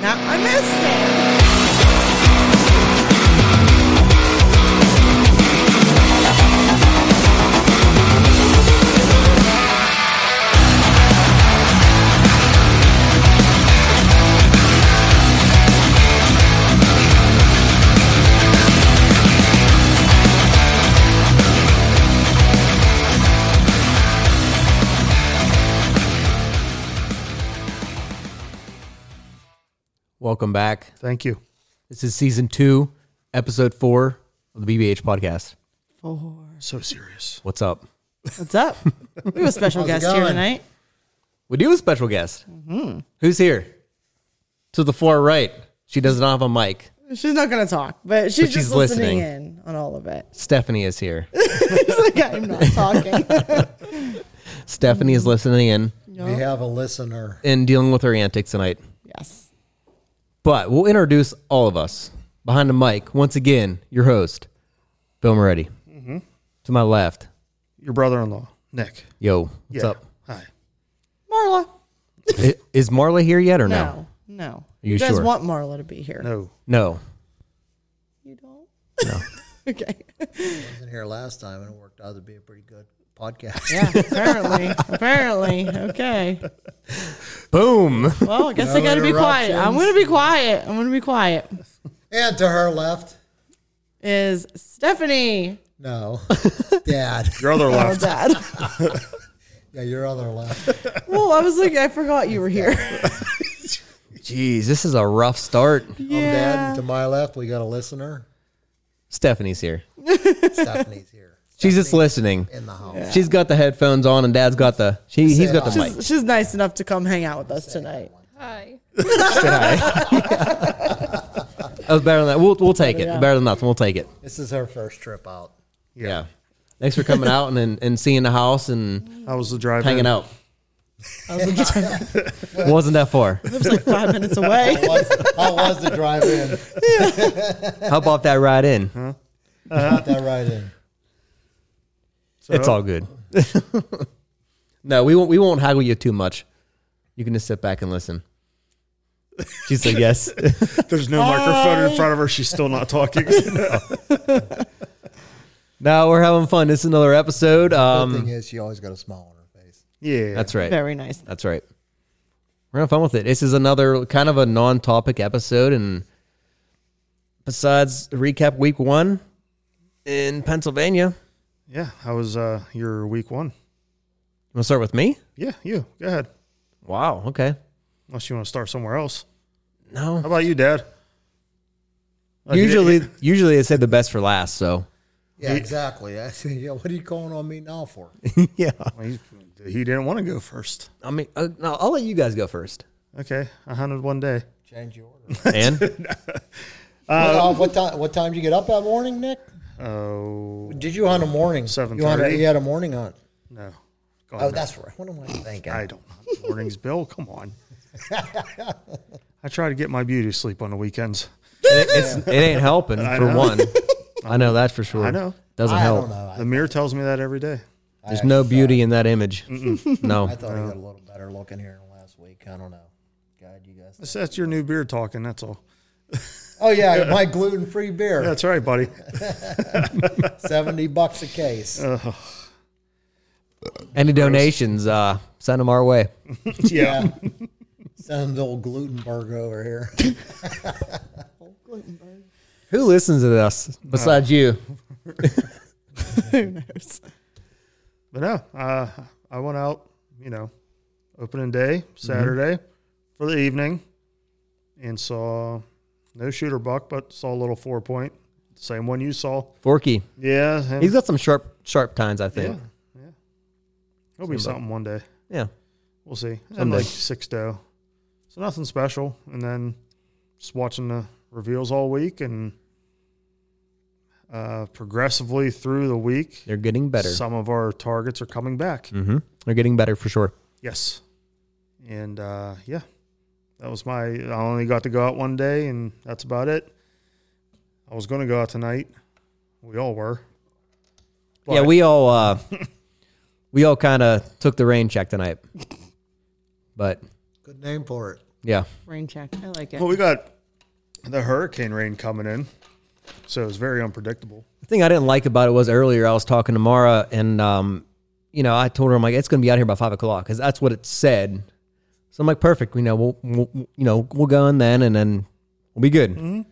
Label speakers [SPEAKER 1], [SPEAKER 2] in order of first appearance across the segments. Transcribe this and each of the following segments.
[SPEAKER 1] Now I missed it.
[SPEAKER 2] Welcome back.
[SPEAKER 3] Thank you.
[SPEAKER 2] This is season two, episode four of the BBH podcast.
[SPEAKER 1] Four.
[SPEAKER 3] So serious.
[SPEAKER 2] What's up?
[SPEAKER 1] What's up? We have a special
[SPEAKER 3] How's it
[SPEAKER 1] guest here
[SPEAKER 3] going?
[SPEAKER 1] tonight.
[SPEAKER 2] We do have a special guest. Who's here? To the far right. She does not have a mic.
[SPEAKER 1] She's not going to talk, but she's
[SPEAKER 2] she's
[SPEAKER 1] just listening,
[SPEAKER 2] listening.
[SPEAKER 1] in on all of it.
[SPEAKER 2] Stephanie is here.
[SPEAKER 1] She's like, I'm not talking.
[SPEAKER 2] Stephanie is listening in
[SPEAKER 3] We have a listener.
[SPEAKER 2] and dealing with her antics tonight.
[SPEAKER 1] yes.
[SPEAKER 2] But we'll introduce all of us behind the mic. Once again, your host, Bill Moretti. To my left,
[SPEAKER 3] Your brother-in-law, Nick.
[SPEAKER 2] yo, what's
[SPEAKER 3] Yeah.
[SPEAKER 2] up?
[SPEAKER 3] Hi.
[SPEAKER 1] Marla.
[SPEAKER 2] I- is Marla here yet or no?
[SPEAKER 1] No. No.
[SPEAKER 2] you
[SPEAKER 1] guys
[SPEAKER 2] sure?
[SPEAKER 1] want Marla to be here.
[SPEAKER 3] No,
[SPEAKER 2] No.
[SPEAKER 1] You don't? No. okay.
[SPEAKER 4] wasn't here last time, and it worked out to be a pretty good podcast.
[SPEAKER 1] Yeah, apparently. apparently. Okay.
[SPEAKER 2] Boom.
[SPEAKER 1] Well, I guess
[SPEAKER 4] No
[SPEAKER 1] I got to be quiet. I'm
[SPEAKER 4] interruptions.
[SPEAKER 1] going to be quiet. I'm going to be quiet.
[SPEAKER 4] and to her left,
[SPEAKER 1] Is Stephanie.
[SPEAKER 4] no, Dad.
[SPEAKER 3] your other
[SPEAKER 1] Oh,
[SPEAKER 3] left.
[SPEAKER 1] Dad.
[SPEAKER 4] Yeah, your other left.
[SPEAKER 1] well, I was like, I forgot you were here.
[SPEAKER 2] Jeez, this is a rough start.
[SPEAKER 4] I'm Dad.
[SPEAKER 1] yeah.
[SPEAKER 4] And to my left, we got a listener.
[SPEAKER 2] Stephanie's here.
[SPEAKER 4] Stephanie's here
[SPEAKER 2] She's just listening.
[SPEAKER 4] in the house.
[SPEAKER 2] She's got the headphones on, and Dad's got the she. He's got the mic.
[SPEAKER 1] She's, she's nice enough to come hang out with us tonight.
[SPEAKER 5] Hi.
[SPEAKER 2] That was Oh, better than that. We'll we'll take it. Better than nothing. We'll take it.
[SPEAKER 4] This is her first trip out.
[SPEAKER 2] Yeah. Thanks for coming out and- and and seeing the house and
[SPEAKER 3] How was the drive?
[SPEAKER 2] hanging out. Wasn't that far?
[SPEAKER 1] Lives like five minutes away.
[SPEAKER 4] How was, how was the drive in?
[SPEAKER 2] How about that ride in?
[SPEAKER 4] Got that right in.
[SPEAKER 2] It's all good. no, we won't. We won't haggle you too much. You can just sit back and listen. She said yes.
[SPEAKER 3] There's no microphone in front of her. She's still not talking.
[SPEAKER 2] no, we're having fun. This is another episode.
[SPEAKER 4] the
[SPEAKER 2] Um,
[SPEAKER 4] thing is, she always got a smile on her face.
[SPEAKER 3] yeah.
[SPEAKER 2] that's right.
[SPEAKER 1] Very nice.
[SPEAKER 2] That's right. We're having fun with it. This is another kind of a non-topic episode, and besides recap week one in Pennsylvania,
[SPEAKER 3] yeah. How was uh, your week one?
[SPEAKER 2] you want to start with me?
[SPEAKER 3] Yeah. You go ahead.
[SPEAKER 2] Wow. Okay.
[SPEAKER 3] Unless you want to start somewhere else. How
[SPEAKER 2] No.
[SPEAKER 3] about you, Dad? Oh, Like, you-
[SPEAKER 2] Usually, usually they say the best for last. So
[SPEAKER 4] Yeah, exactly. I said, yeah, what are you calling on me now for?
[SPEAKER 2] yeah.
[SPEAKER 3] he, he didn't want to go first.
[SPEAKER 2] I mean, uh, no, I'll let you guys go first.
[SPEAKER 3] Okay. I hunted one day.
[SPEAKER 4] Change your order.
[SPEAKER 2] And
[SPEAKER 4] what, uh, what time? What time did you get up that morning, Nick?
[SPEAKER 3] Oh
[SPEAKER 4] Did you hunt a morning? You, hunted,
[SPEAKER 3] 7:30?
[SPEAKER 4] you had a morning hunt.
[SPEAKER 3] no. Go
[SPEAKER 4] Oh,
[SPEAKER 3] on, Matt.
[SPEAKER 4] that's right. What am I thinking?
[SPEAKER 3] I don't hunt mornings, Bill. Come on. I try to get my beauty sleep on the weekends.
[SPEAKER 2] it, it's, it ain't helping for
[SPEAKER 3] know.
[SPEAKER 2] one. I know that for sure.
[SPEAKER 3] I know.
[SPEAKER 2] Doesn't
[SPEAKER 4] I
[SPEAKER 2] help.
[SPEAKER 4] don't know.
[SPEAKER 3] The mirror tells me that every day.
[SPEAKER 2] There's no beauty in that image. No.
[SPEAKER 4] I thought I got a little better looking here in the last week. I don't know. God, you guys.
[SPEAKER 3] That's, that's your new beer talking. That's all.
[SPEAKER 4] Oh yeah, my gluten-free beer,
[SPEAKER 3] That's right, buddy.
[SPEAKER 4] seventy bucks a case.
[SPEAKER 2] Any donations? Uh, send them our way.
[SPEAKER 4] yeah. Send the old Glutenberg over here.
[SPEAKER 2] Who listens to this besides you?
[SPEAKER 1] Who knows?
[SPEAKER 3] But no, uh, I went out, you know, opening day, Saturday for the evening, and saw no shooter buck, but saw a little four point. Same one you saw.
[SPEAKER 2] Forky.
[SPEAKER 3] Yeah. him.
[SPEAKER 2] He's got some sharp, sharp tines. I think.
[SPEAKER 3] It'll be something one day.
[SPEAKER 2] Yeah.
[SPEAKER 3] We'll see. And
[SPEAKER 2] Someday.
[SPEAKER 3] like six dough. So nothing special. And then just watching the reveals all week and uh, progressively through the week,
[SPEAKER 2] they're getting better.
[SPEAKER 3] some of our targets are coming back.
[SPEAKER 2] mm-hmm. They're getting better for sure.
[SPEAKER 3] Yes. And uh, yeah, that was my. I only got to go out one day, and that's about it. I was going to go out tonight. We all were.
[SPEAKER 2] yeah,
[SPEAKER 3] But-
[SPEAKER 2] we all, uh, we all kind of took the rain check tonight, but
[SPEAKER 4] Good name for it.
[SPEAKER 2] Yeah.
[SPEAKER 1] Rain check. I like it.
[SPEAKER 3] Well, we got the hurricane rain coming in, so it's very unpredictable.
[SPEAKER 2] The thing I didn't like about it was earlier I was talking to Mara and um, you know I told her I'm like it's going to be out here by five o'clock because that's what it said. So I'm like perfect. You know we'll, we'll you know we'll go in then and then we'll be good.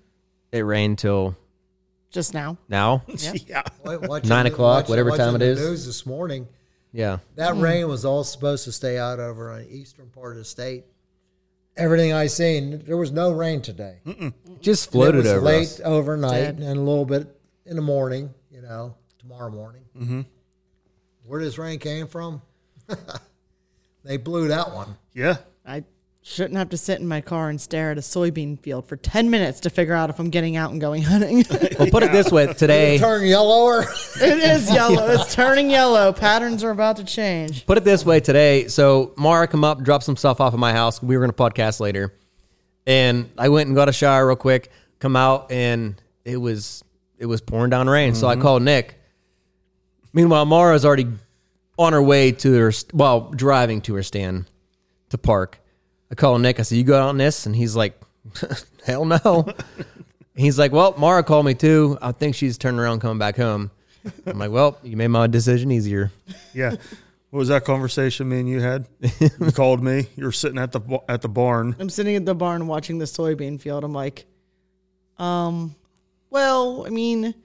[SPEAKER 2] It rained till
[SPEAKER 1] Just now.
[SPEAKER 2] now.
[SPEAKER 1] Yeah.
[SPEAKER 3] Yeah.
[SPEAKER 4] Wa- watching
[SPEAKER 2] Nine o'clock,
[SPEAKER 4] watching-
[SPEAKER 2] whatever time
[SPEAKER 4] watching
[SPEAKER 2] it
[SPEAKER 4] the
[SPEAKER 2] is.
[SPEAKER 4] News this morning,
[SPEAKER 2] Yeah.
[SPEAKER 4] that rain was all supposed to stay out over on the eastern part of the state. Everything I seen, there was no rain today.
[SPEAKER 2] It just floated
[SPEAKER 4] it was
[SPEAKER 2] over
[SPEAKER 4] late
[SPEAKER 2] us.
[SPEAKER 4] overnight and a little bit in the morning. You know, tomorrow morning. Mm-hmm. Where this rain came from? they blew that one.
[SPEAKER 3] Yeah.
[SPEAKER 1] I shouldn't have to sit in my car and stare at a soybean field for 10 minutes to figure out if I'm getting out and going hunting. it
[SPEAKER 2] Well, put it this way today.
[SPEAKER 4] Turn yellower.
[SPEAKER 1] is yellow. It's turning yellow. Patterns are about to change.
[SPEAKER 2] Put it this way today. So Mara come up, drop some stuff off at my house. We were gonna podcast later, and I went and got a shower real quick. Come out and it was it was pouring down rain. So I called Nick. Meanwhile, Mara's already on her way to her st- well driving to her stand to park. I call Nick. I said, "You go out on this?" And he's like, "Hell no." he's like, "Well, Mara called me too. I think she's turning around, coming back home." I'm like, "Well, you made my decision easier."
[SPEAKER 3] Yeah. What was that conversation me and you had? You called me. You were sitting at the ba- at the barn.
[SPEAKER 1] I'm sitting at the barn watching the soybean field. I'm like, um, well, I mean,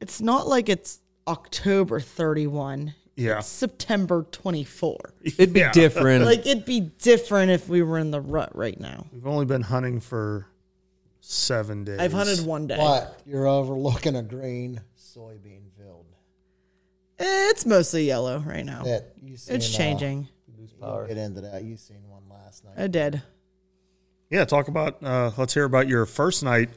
[SPEAKER 1] it's not like it's October 31.
[SPEAKER 3] Yeah.
[SPEAKER 1] It's September 24.
[SPEAKER 2] It'd be
[SPEAKER 3] Yeah.
[SPEAKER 2] different.
[SPEAKER 1] Like it'd be different if we were in the rut right now.
[SPEAKER 3] We've only been hunting for seven days.
[SPEAKER 1] I've hunted one day.
[SPEAKER 4] but you're overlooking a green soybean field
[SPEAKER 1] It's mostly yellow right now.
[SPEAKER 4] that you seen.
[SPEAKER 1] it's
[SPEAKER 4] uh,
[SPEAKER 1] changing.
[SPEAKER 4] We'll get into that. You seen one last night.
[SPEAKER 1] I did.
[SPEAKER 3] Yeah. Talk about. Uh, let's hear about your first night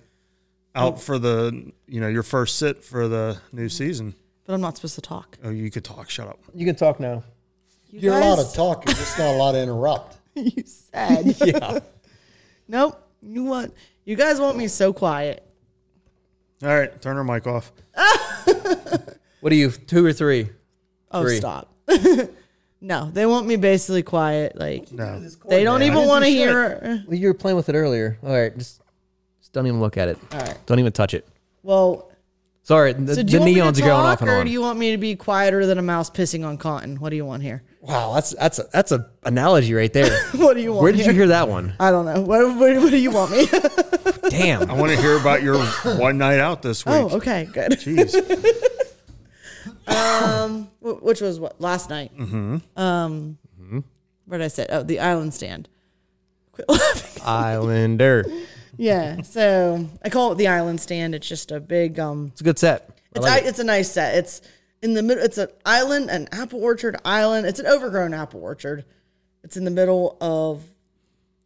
[SPEAKER 3] out
[SPEAKER 1] Oh.
[SPEAKER 3] for the. You know your first sit for the new season.
[SPEAKER 1] But I'm not supposed to talk.
[SPEAKER 3] Oh, you could talk. Shut up.
[SPEAKER 2] You can talk now.
[SPEAKER 1] You
[SPEAKER 4] You're a lot of
[SPEAKER 1] guys,
[SPEAKER 4] talking, just not a lot of interrupt.
[SPEAKER 1] you said. yeah. Nope. You want you guys want me so quiet.
[SPEAKER 3] All right. Turn her mic off.
[SPEAKER 2] What are you, two or three?
[SPEAKER 1] Oh,
[SPEAKER 2] Three.
[SPEAKER 1] stop. no, they want me basically quiet. Like
[SPEAKER 3] No.
[SPEAKER 1] they don't
[SPEAKER 3] I
[SPEAKER 1] even
[SPEAKER 3] didn't
[SPEAKER 1] want to
[SPEAKER 3] do
[SPEAKER 1] hear.
[SPEAKER 2] Well, you were playing with it earlier. All right, just, just don't even look at it. All right. Don't even touch it.
[SPEAKER 1] Well,
[SPEAKER 2] Sorry, the,
[SPEAKER 1] so do
[SPEAKER 2] the
[SPEAKER 1] you want me to
[SPEAKER 2] neons are
[SPEAKER 1] talk,
[SPEAKER 2] going off and
[SPEAKER 1] or
[SPEAKER 2] on.
[SPEAKER 1] do you want me to be quieter than a mouse pissing on cotton? What do you want here?
[SPEAKER 2] wow, that's that's a, that's a analogy right there.
[SPEAKER 1] What do you want?
[SPEAKER 2] Where did
[SPEAKER 1] here?
[SPEAKER 2] you hear that one?
[SPEAKER 1] I don't know. What, what, what do you want me?
[SPEAKER 2] Damn.
[SPEAKER 3] I want to hear about your one night out this week.
[SPEAKER 1] oh, okay, good.
[SPEAKER 3] Jeez.
[SPEAKER 1] Wh- which was what last night. Mm-hmm. Um,
[SPEAKER 4] Mm-hmm.
[SPEAKER 1] what did I say? Oh, the island stand. Quit laughing.
[SPEAKER 2] Islander.
[SPEAKER 1] yeah. So I call it the island stand. It's just a big um.
[SPEAKER 2] It's a good set. I
[SPEAKER 1] It's
[SPEAKER 2] like
[SPEAKER 1] I it's a nice set. It's in the middle. It's an island, an apple orchard island. It's an overgrown apple orchard. It's in the middle of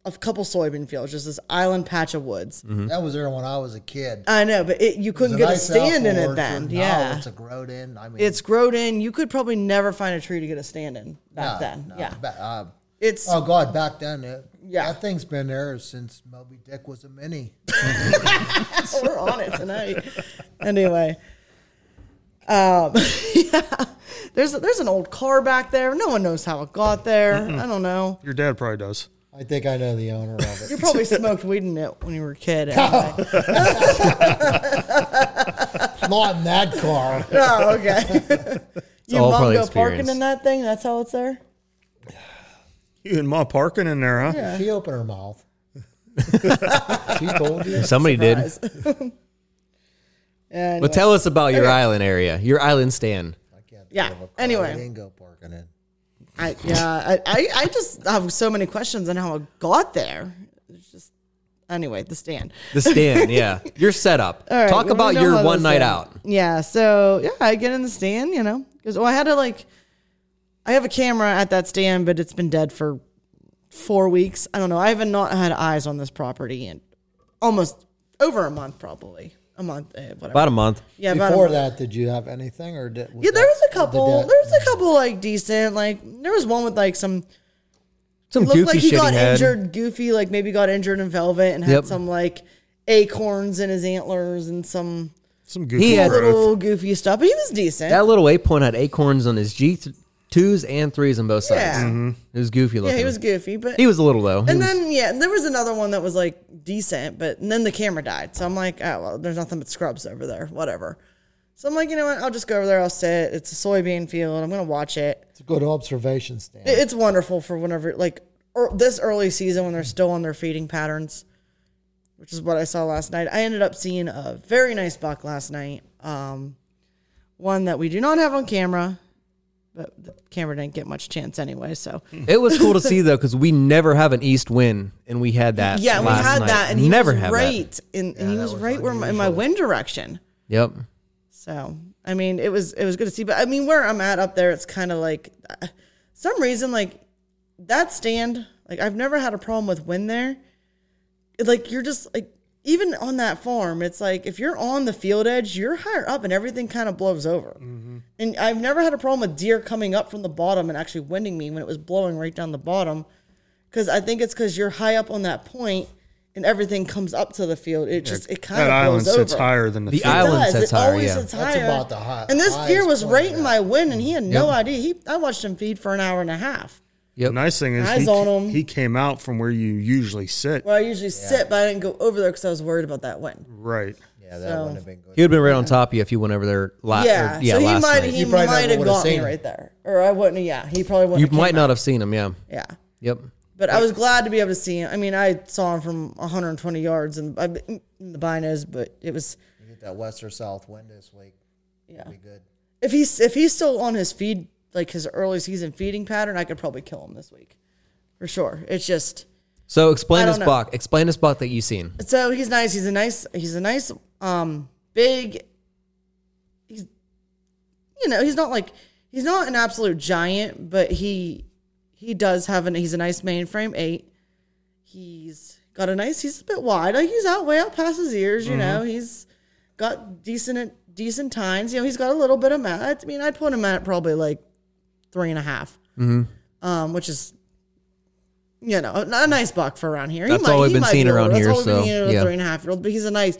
[SPEAKER 1] a couple soybean fields. Just this island patch of woods.
[SPEAKER 2] Hmm?
[SPEAKER 4] That was there when I was a kid.
[SPEAKER 1] I know, but it, you couldn't
[SPEAKER 4] Mm-hmm. It's
[SPEAKER 1] get a
[SPEAKER 4] nice
[SPEAKER 1] stand in
[SPEAKER 4] outdoor
[SPEAKER 1] it then.
[SPEAKER 4] for- no,
[SPEAKER 1] yeah,
[SPEAKER 4] it's a grown in. I mean,
[SPEAKER 1] it's growed in. You could probably never find a tree to get a stand in back
[SPEAKER 4] no,
[SPEAKER 1] then.
[SPEAKER 4] no,
[SPEAKER 1] yeah,
[SPEAKER 4] ba- uh,
[SPEAKER 1] it's
[SPEAKER 4] oh God, back then, it,
[SPEAKER 1] Yeah.
[SPEAKER 4] that thing's been there since Moby Dick was a mini.
[SPEAKER 1] we're on it tonight. Anyway, um, yeah, there's there's an old car back there. No one knows how it got there. I don't know.
[SPEAKER 3] Your dad probably does.
[SPEAKER 4] I think I know the owner of
[SPEAKER 1] You
[SPEAKER 4] it.
[SPEAKER 1] probably smoked weed in it when you were a kid. Anyway.
[SPEAKER 4] Not in that car.
[SPEAKER 1] oh, okay. you
[SPEAKER 2] all
[SPEAKER 1] mom
[SPEAKER 2] probably
[SPEAKER 1] go parking
[SPEAKER 2] experience.
[SPEAKER 1] in that thing? That's how it's there.
[SPEAKER 3] You and Ma parking in there, huh?
[SPEAKER 4] She opened her mouth. she told you.
[SPEAKER 2] it. Somebody did.
[SPEAKER 1] Yeah.
[SPEAKER 2] But tell us about your island area, your island stand.
[SPEAKER 4] I can't
[SPEAKER 1] Yeah,
[SPEAKER 4] think of a car
[SPEAKER 1] anyway.
[SPEAKER 4] I didn't go parking in.
[SPEAKER 1] I, yeah, I, I, I just have so many questions on how it got there. It's just anyway, the stand.
[SPEAKER 2] The stand, yeah. Your setup.
[SPEAKER 1] All right,
[SPEAKER 2] Talk
[SPEAKER 1] you wanna
[SPEAKER 2] about
[SPEAKER 1] know
[SPEAKER 2] your
[SPEAKER 1] how
[SPEAKER 2] one
[SPEAKER 1] this
[SPEAKER 2] night
[SPEAKER 1] is.
[SPEAKER 2] out.
[SPEAKER 1] Yeah. So yeah, I get in the stand, you know, because well, I had to like, I have a camera at that stand, but it's been dead for four weeks. I don't know. I haven't not had eyes on this property in almost over a month, probably a month, eh, whatever.
[SPEAKER 2] About a month.
[SPEAKER 1] yeah, about a
[SPEAKER 4] Before
[SPEAKER 1] month.
[SPEAKER 4] that, did you have anything or did? was
[SPEAKER 1] Yeah, there
[SPEAKER 4] that-
[SPEAKER 1] was a
[SPEAKER 4] did
[SPEAKER 1] couple.
[SPEAKER 4] that-
[SPEAKER 1] There was a couple like decent. Like there was one with like some
[SPEAKER 2] Some
[SPEAKER 1] It looked
[SPEAKER 2] goofy
[SPEAKER 1] like he
[SPEAKER 2] shitty
[SPEAKER 1] got
[SPEAKER 2] head.
[SPEAKER 1] injured goofy like maybe got injured in velvet and had
[SPEAKER 2] Yep.
[SPEAKER 1] some like acorns in his antlers and some
[SPEAKER 3] Some goofy
[SPEAKER 2] He had-
[SPEAKER 3] growth.
[SPEAKER 1] little goofy stuff but he was decent
[SPEAKER 2] That little eight point had acorns on his G twos and threes on both sides.
[SPEAKER 1] Yeah.
[SPEAKER 2] It was goofy looking.
[SPEAKER 1] Yeah, he was goofy, but
[SPEAKER 2] He was a little low. He
[SPEAKER 1] and
[SPEAKER 2] was-
[SPEAKER 1] then yeah, there was another one that was like decent, but and then the camera died. So I'm like, oh well, there's nothing but scrubs over there, whatever. So I'm like, you know what? I'll just go over there. I'll sit. It's a soybean field. I'm gonna watch it.
[SPEAKER 4] It's a good observation, Stan.
[SPEAKER 1] It- It's wonderful for whenever like er, this early season when they're still on their feeding patterns, which is what I saw last night. I ended up seeing a very nice buck last night. Um, one that we do not have on camera, but the camera didn't get much chance anyway. So
[SPEAKER 2] it was cool to see though because we never have an east wind, and we had that.
[SPEAKER 1] Yeah, we
[SPEAKER 2] last
[SPEAKER 1] had
[SPEAKER 2] night.
[SPEAKER 1] that, and he
[SPEAKER 2] never
[SPEAKER 1] was
[SPEAKER 2] have
[SPEAKER 1] right, in, and he was, right where my, in my wind direction.
[SPEAKER 2] That. Yep.
[SPEAKER 1] So I mean, it was it was good to see, but I mean, where I'm at up there, it's kind of like uh, some reason like that stand. Like I've never had a problem with wind there. It- Like you're just like even on that farm, it's like if you're on the field edge, you're higher up, and everything kind of blows over.
[SPEAKER 3] Mm-hmm.
[SPEAKER 1] And I've never had a problem with deer coming up from the bottom and actually winding me when it was blowing right down the bottom because I think it's because you're high up on that point and everything comes up to the field. It just it kind
[SPEAKER 3] that
[SPEAKER 1] of
[SPEAKER 3] island
[SPEAKER 1] blows over.
[SPEAKER 3] sits higher than the,
[SPEAKER 2] The
[SPEAKER 3] field.
[SPEAKER 2] island
[SPEAKER 1] does.
[SPEAKER 2] sits
[SPEAKER 1] it
[SPEAKER 2] higher,
[SPEAKER 1] always
[SPEAKER 2] yeah.
[SPEAKER 1] sits
[SPEAKER 4] That's
[SPEAKER 1] higher.
[SPEAKER 4] about the hi-
[SPEAKER 1] And this deer
[SPEAKER 4] highest
[SPEAKER 1] was
[SPEAKER 4] point,
[SPEAKER 1] right in
[SPEAKER 4] yeah.
[SPEAKER 1] my wind, and he had no idea. He I watched him feed for an hour and a half.
[SPEAKER 3] The nice thing is
[SPEAKER 1] Eyes
[SPEAKER 3] he,
[SPEAKER 1] on 'em.
[SPEAKER 3] he came out from where you usually sit.
[SPEAKER 1] Where I usually sit, but I didn't go over there because I was worried about that wind.
[SPEAKER 3] Right.
[SPEAKER 4] yeah, that
[SPEAKER 1] So-
[SPEAKER 4] wouldn't have been good.
[SPEAKER 2] He would have been right on top of you if you went over there. La-
[SPEAKER 1] yeah.
[SPEAKER 2] yeah, Uh, yeah.
[SPEAKER 1] so he
[SPEAKER 2] last
[SPEAKER 1] might
[SPEAKER 2] night.
[SPEAKER 1] he
[SPEAKER 4] You probably
[SPEAKER 1] might
[SPEAKER 4] never
[SPEAKER 1] have
[SPEAKER 4] would've
[SPEAKER 1] got me
[SPEAKER 4] seen him.
[SPEAKER 1] right there, or I wouldn't. Yeah, he probably
[SPEAKER 2] you
[SPEAKER 1] wouldn't. have
[SPEAKER 2] might
[SPEAKER 1] came
[SPEAKER 2] not
[SPEAKER 1] out.
[SPEAKER 2] have seen him. Yeah.
[SPEAKER 1] Yeah.
[SPEAKER 2] Yep.
[SPEAKER 1] But I was glad to be able to see him. I mean, I saw him from 120 yards in, in the binos, but it was
[SPEAKER 4] You get that west or south wind this week.
[SPEAKER 1] yeah.
[SPEAKER 4] Be good.
[SPEAKER 1] If he's if he's still on his feed like his early season feeding pattern, I could probably kill him this week, for sure. It's just
[SPEAKER 2] So
[SPEAKER 1] I
[SPEAKER 2] explain
[SPEAKER 1] don't
[SPEAKER 2] this
[SPEAKER 1] know.
[SPEAKER 2] buck. Explain this buck that you seen.
[SPEAKER 1] so he's nice. He's a nice. He's a nice. Um, big. He's, you know, he's not like he's not an absolute giant, but he he does have an. He's a nice mainframe eight. He's got a nice. He's a bit wide. Like he's out way out past his ears.
[SPEAKER 2] Mm-hmm.
[SPEAKER 1] You know, he's got decent decent tines. You know, he's got a little bit of mat. I mean, I'd put him at probably like three and a half,
[SPEAKER 2] Mm-hmm.
[SPEAKER 1] um, which is. You know, a a nice buck for around here. He
[SPEAKER 2] That's
[SPEAKER 1] might-
[SPEAKER 2] all we've
[SPEAKER 1] he
[SPEAKER 2] been
[SPEAKER 1] might be
[SPEAKER 2] seeing
[SPEAKER 1] older.
[SPEAKER 2] around
[SPEAKER 1] That's
[SPEAKER 2] here,
[SPEAKER 1] all we've been
[SPEAKER 2] so,
[SPEAKER 1] seeing of a
[SPEAKER 2] yeah.
[SPEAKER 1] three and a half year old, but he's a nice,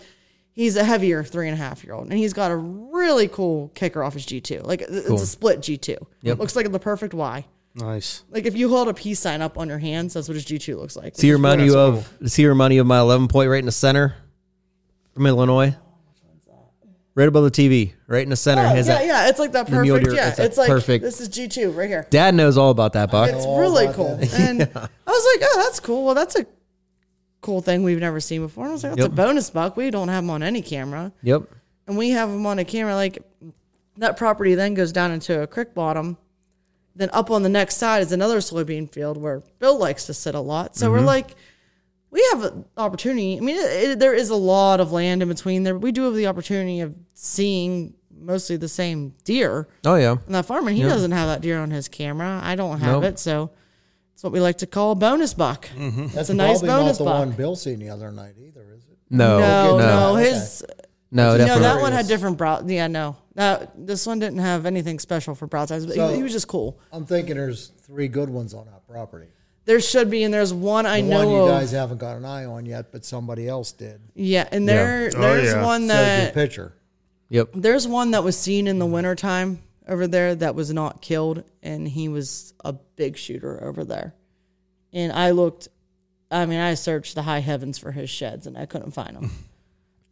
[SPEAKER 1] he's a heavier three and a half year old, and he's got a really cool kicker off his G two. Like it's a split G two. Looks like the perfect Y.
[SPEAKER 3] Nice.
[SPEAKER 1] Like if you hold a peace sign up on your hands, that's what his G two looks like.
[SPEAKER 2] Does he remind you
[SPEAKER 3] that's
[SPEAKER 2] of? Does he remind you of my eleven point right in the center from Illinois? Right above the TV, right in the center.
[SPEAKER 1] Oh, yeah,
[SPEAKER 2] has that.
[SPEAKER 1] yeah, it's like that
[SPEAKER 2] the mule
[SPEAKER 1] perfect.
[SPEAKER 2] deer,
[SPEAKER 1] yeah,
[SPEAKER 2] it's
[SPEAKER 1] it's,
[SPEAKER 2] a
[SPEAKER 1] like
[SPEAKER 2] perfect-
[SPEAKER 1] this is G two right here.
[SPEAKER 2] Dad knows all about that buck.
[SPEAKER 1] It's
[SPEAKER 4] all
[SPEAKER 1] really
[SPEAKER 4] about
[SPEAKER 1] cool, and I was like, oh, that's cool. Well, that's a cool thing we've never seen before. And I was like, that's a
[SPEAKER 2] Yep.
[SPEAKER 1] bonus buck. We don't have him on any camera.
[SPEAKER 2] Yep.
[SPEAKER 1] and we have them on a camera, like that property then goes down into a creek bottom. Then up on the next side is another soybean field where Bill likes to sit a lot. So
[SPEAKER 2] Mm-hmm.
[SPEAKER 1] we're like, we have an opportunity. I mean, it, it, there is a lot of land in between there. but We do have the opportunity of seeing mostly the same deer
[SPEAKER 2] Oh yeah.
[SPEAKER 1] on that farm, and he doesn't have that deer on his camera. I don't have
[SPEAKER 2] Nope. Mm-hmm.
[SPEAKER 1] it, so it's what we like to call a bonus buck.
[SPEAKER 4] That's
[SPEAKER 1] a nice
[SPEAKER 4] probably
[SPEAKER 1] bonus
[SPEAKER 4] not the
[SPEAKER 1] buck.
[SPEAKER 4] one Bill seen the other night either, is it?
[SPEAKER 2] No.
[SPEAKER 1] No, no,
[SPEAKER 2] No.
[SPEAKER 1] his
[SPEAKER 2] No.
[SPEAKER 1] no,
[SPEAKER 2] definitely.
[SPEAKER 1] that one had different brow. Yeah, no, that this one didn't have anything special for broad size. But he-
[SPEAKER 4] So-
[SPEAKER 1] he, was just cool.
[SPEAKER 4] I'm thinking there's three good ones on that property.
[SPEAKER 1] There should be, and there's one I
[SPEAKER 4] The one
[SPEAKER 1] know
[SPEAKER 4] you
[SPEAKER 1] of.
[SPEAKER 4] guys haven't got an eye on yet, but somebody else did.
[SPEAKER 1] yeah, and there
[SPEAKER 3] Oh,
[SPEAKER 1] there's
[SPEAKER 3] yeah.
[SPEAKER 1] one
[SPEAKER 4] Showed you a
[SPEAKER 1] that
[SPEAKER 4] picture.
[SPEAKER 2] Yep.
[SPEAKER 1] there's one that was seen in the wintertime over there that was not killed, and he was a big shooter over there. And I looked, I mean, I searched the high heavens for his sheds, and I couldn't find him.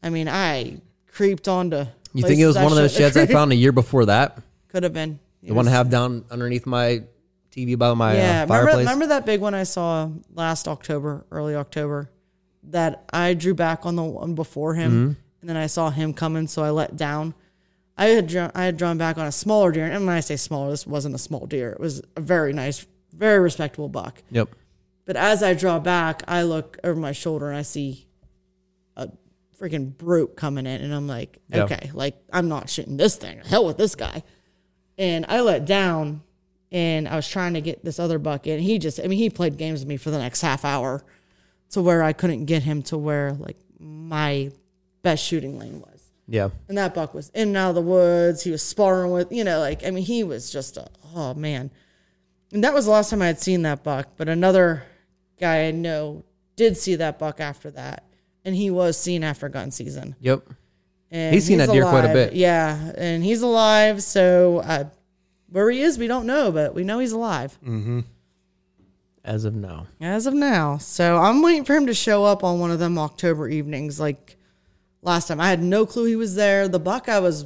[SPEAKER 1] I mean, I creeped onto.
[SPEAKER 2] You think it was one of those sheds I found a year before that?
[SPEAKER 1] Could have been.
[SPEAKER 2] The one I have down underneath my TV by my
[SPEAKER 1] Yeah,
[SPEAKER 2] uh,
[SPEAKER 1] remember,
[SPEAKER 2] fireplace.
[SPEAKER 1] remember that big one I saw last October, early October, that I drew back on the one before him,
[SPEAKER 2] Mm-hmm.
[SPEAKER 1] and then I saw him coming, so I let down. I had drawn, I had drawn back on a smaller deer, and when I say smaller, this wasn't a small deer. It was a very nice, very respectable buck.
[SPEAKER 2] Yep.
[SPEAKER 1] But as I draw back, I look over my shoulder and I see a freaking brute coming in, and I'm like,
[SPEAKER 2] Yeah.
[SPEAKER 1] okay, like I'm not shooting this thing. Hell with this guy. And I let down, and I was trying to get this other bucket, and he just, I mean, he played games with me for the next half hour, to where I couldn't get him to where like my best shooting lane was.
[SPEAKER 2] Yeah.
[SPEAKER 1] And that buck was in and out of the woods. He was sparring with, you know, like, I mean, he was just a, oh man. And that was the last time I had seen that buck. But another guy I know did see that buck after that. And he was seen after gun season.
[SPEAKER 2] Yep.
[SPEAKER 1] And
[SPEAKER 2] He's seen that deer quite a
[SPEAKER 1] alive.
[SPEAKER 2] bit.
[SPEAKER 1] Yeah. And he's alive. So I Where he is, we don't know, but we know he's alive
[SPEAKER 2] as of now.
[SPEAKER 1] as of now. So I'm waiting for him to show up on one of them October evenings like last time. I had no clue he was there. The buck I was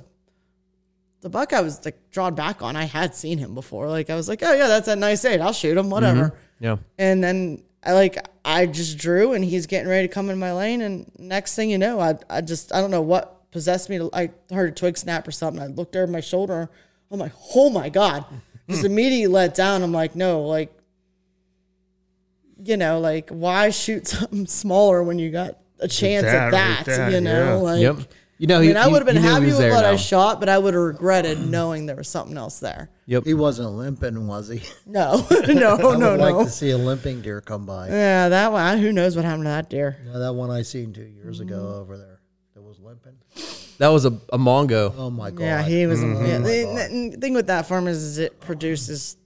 [SPEAKER 1] the buck I was like drawn back on, I had seen him before. Like I was like, Oh yeah, that's a nice eight. I'll shoot him, whatever.
[SPEAKER 2] Yeah.
[SPEAKER 1] And then I like I just drew and he's getting ready to come in my lane and next thing you know, I I just I don't know what possessed me to I heard a twig snap or something. I looked over my shoulder. I'm like, oh my God. Just immediately let down. I'm like, no, like you know, like why shoot something smaller when you got a chance
[SPEAKER 3] that
[SPEAKER 1] at
[SPEAKER 3] right
[SPEAKER 1] that?
[SPEAKER 3] there,
[SPEAKER 1] you know,
[SPEAKER 3] yeah.
[SPEAKER 1] like
[SPEAKER 2] Yep. You know,
[SPEAKER 1] I
[SPEAKER 2] he,
[SPEAKER 1] mean, I
[SPEAKER 2] he-
[SPEAKER 1] would have been
[SPEAKER 2] he knew he
[SPEAKER 1] happy
[SPEAKER 2] was
[SPEAKER 1] with
[SPEAKER 2] there
[SPEAKER 1] what I
[SPEAKER 2] now.
[SPEAKER 1] shot, but I would have regretted knowing there was something else there.
[SPEAKER 2] Yep.
[SPEAKER 4] He wasn't limping, was he?
[SPEAKER 1] No, no,
[SPEAKER 4] I would
[SPEAKER 1] no,
[SPEAKER 4] like
[SPEAKER 1] no.
[SPEAKER 4] to see a limping deer come by.
[SPEAKER 1] Yeah, that one. Who knows what happened to that deer?
[SPEAKER 4] You know, that one I seen two years
[SPEAKER 1] Mm-hmm.
[SPEAKER 4] ago over there that was limping.
[SPEAKER 2] That was a, a Mongo.
[SPEAKER 4] Oh my god!
[SPEAKER 1] Yeah, he was. Yeah, the, the thing with that farm is, is it produces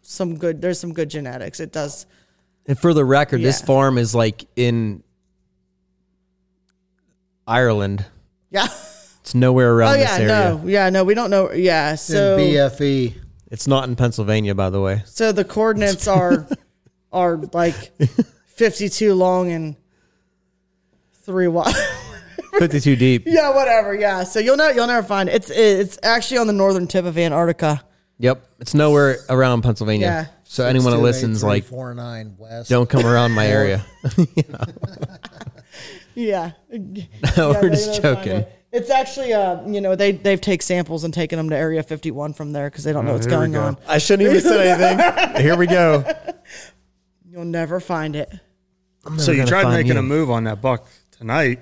[SPEAKER 1] some good. There's some good genetics. It does.
[SPEAKER 2] And for the record, this
[SPEAKER 1] Yeah.
[SPEAKER 2] farm is like in Ireland.
[SPEAKER 1] Yeah.
[SPEAKER 2] It's nowhere around
[SPEAKER 1] Oh
[SPEAKER 2] this
[SPEAKER 1] yeah.
[SPEAKER 2] area.
[SPEAKER 1] No. Yeah. No. We don't know. Yeah. So
[SPEAKER 4] in BFE.
[SPEAKER 2] It's not in Pennsylvania, by the way.
[SPEAKER 1] So the coordinates are are like fifty two long and three wide.
[SPEAKER 2] Fifty-two deep.
[SPEAKER 1] yeah, whatever. Yeah. So you'll never you'll never find it. It's it's actually on the northern tip of Antarctica.
[SPEAKER 2] Yep. It's nowhere around Pennsylvania.
[SPEAKER 1] Yeah.
[SPEAKER 2] So anyone that listens, like,
[SPEAKER 4] four nine west.
[SPEAKER 2] don't come around my area.
[SPEAKER 1] Yeah.
[SPEAKER 2] No,
[SPEAKER 1] Yeah,
[SPEAKER 2] we're
[SPEAKER 1] they
[SPEAKER 2] just
[SPEAKER 1] don't find
[SPEAKER 2] joking.
[SPEAKER 1] it. It's actually, uh, you know, they they've take samples and taken them to Area 51 from there because they don't know what's
[SPEAKER 3] here we
[SPEAKER 1] going
[SPEAKER 3] go.
[SPEAKER 1] on.
[SPEAKER 2] I shouldn't even say anything. Here we go.
[SPEAKER 1] You'll never find it.
[SPEAKER 3] So you
[SPEAKER 2] gonna
[SPEAKER 3] tried
[SPEAKER 2] find
[SPEAKER 3] making
[SPEAKER 2] you.
[SPEAKER 3] a move on that buck tonight.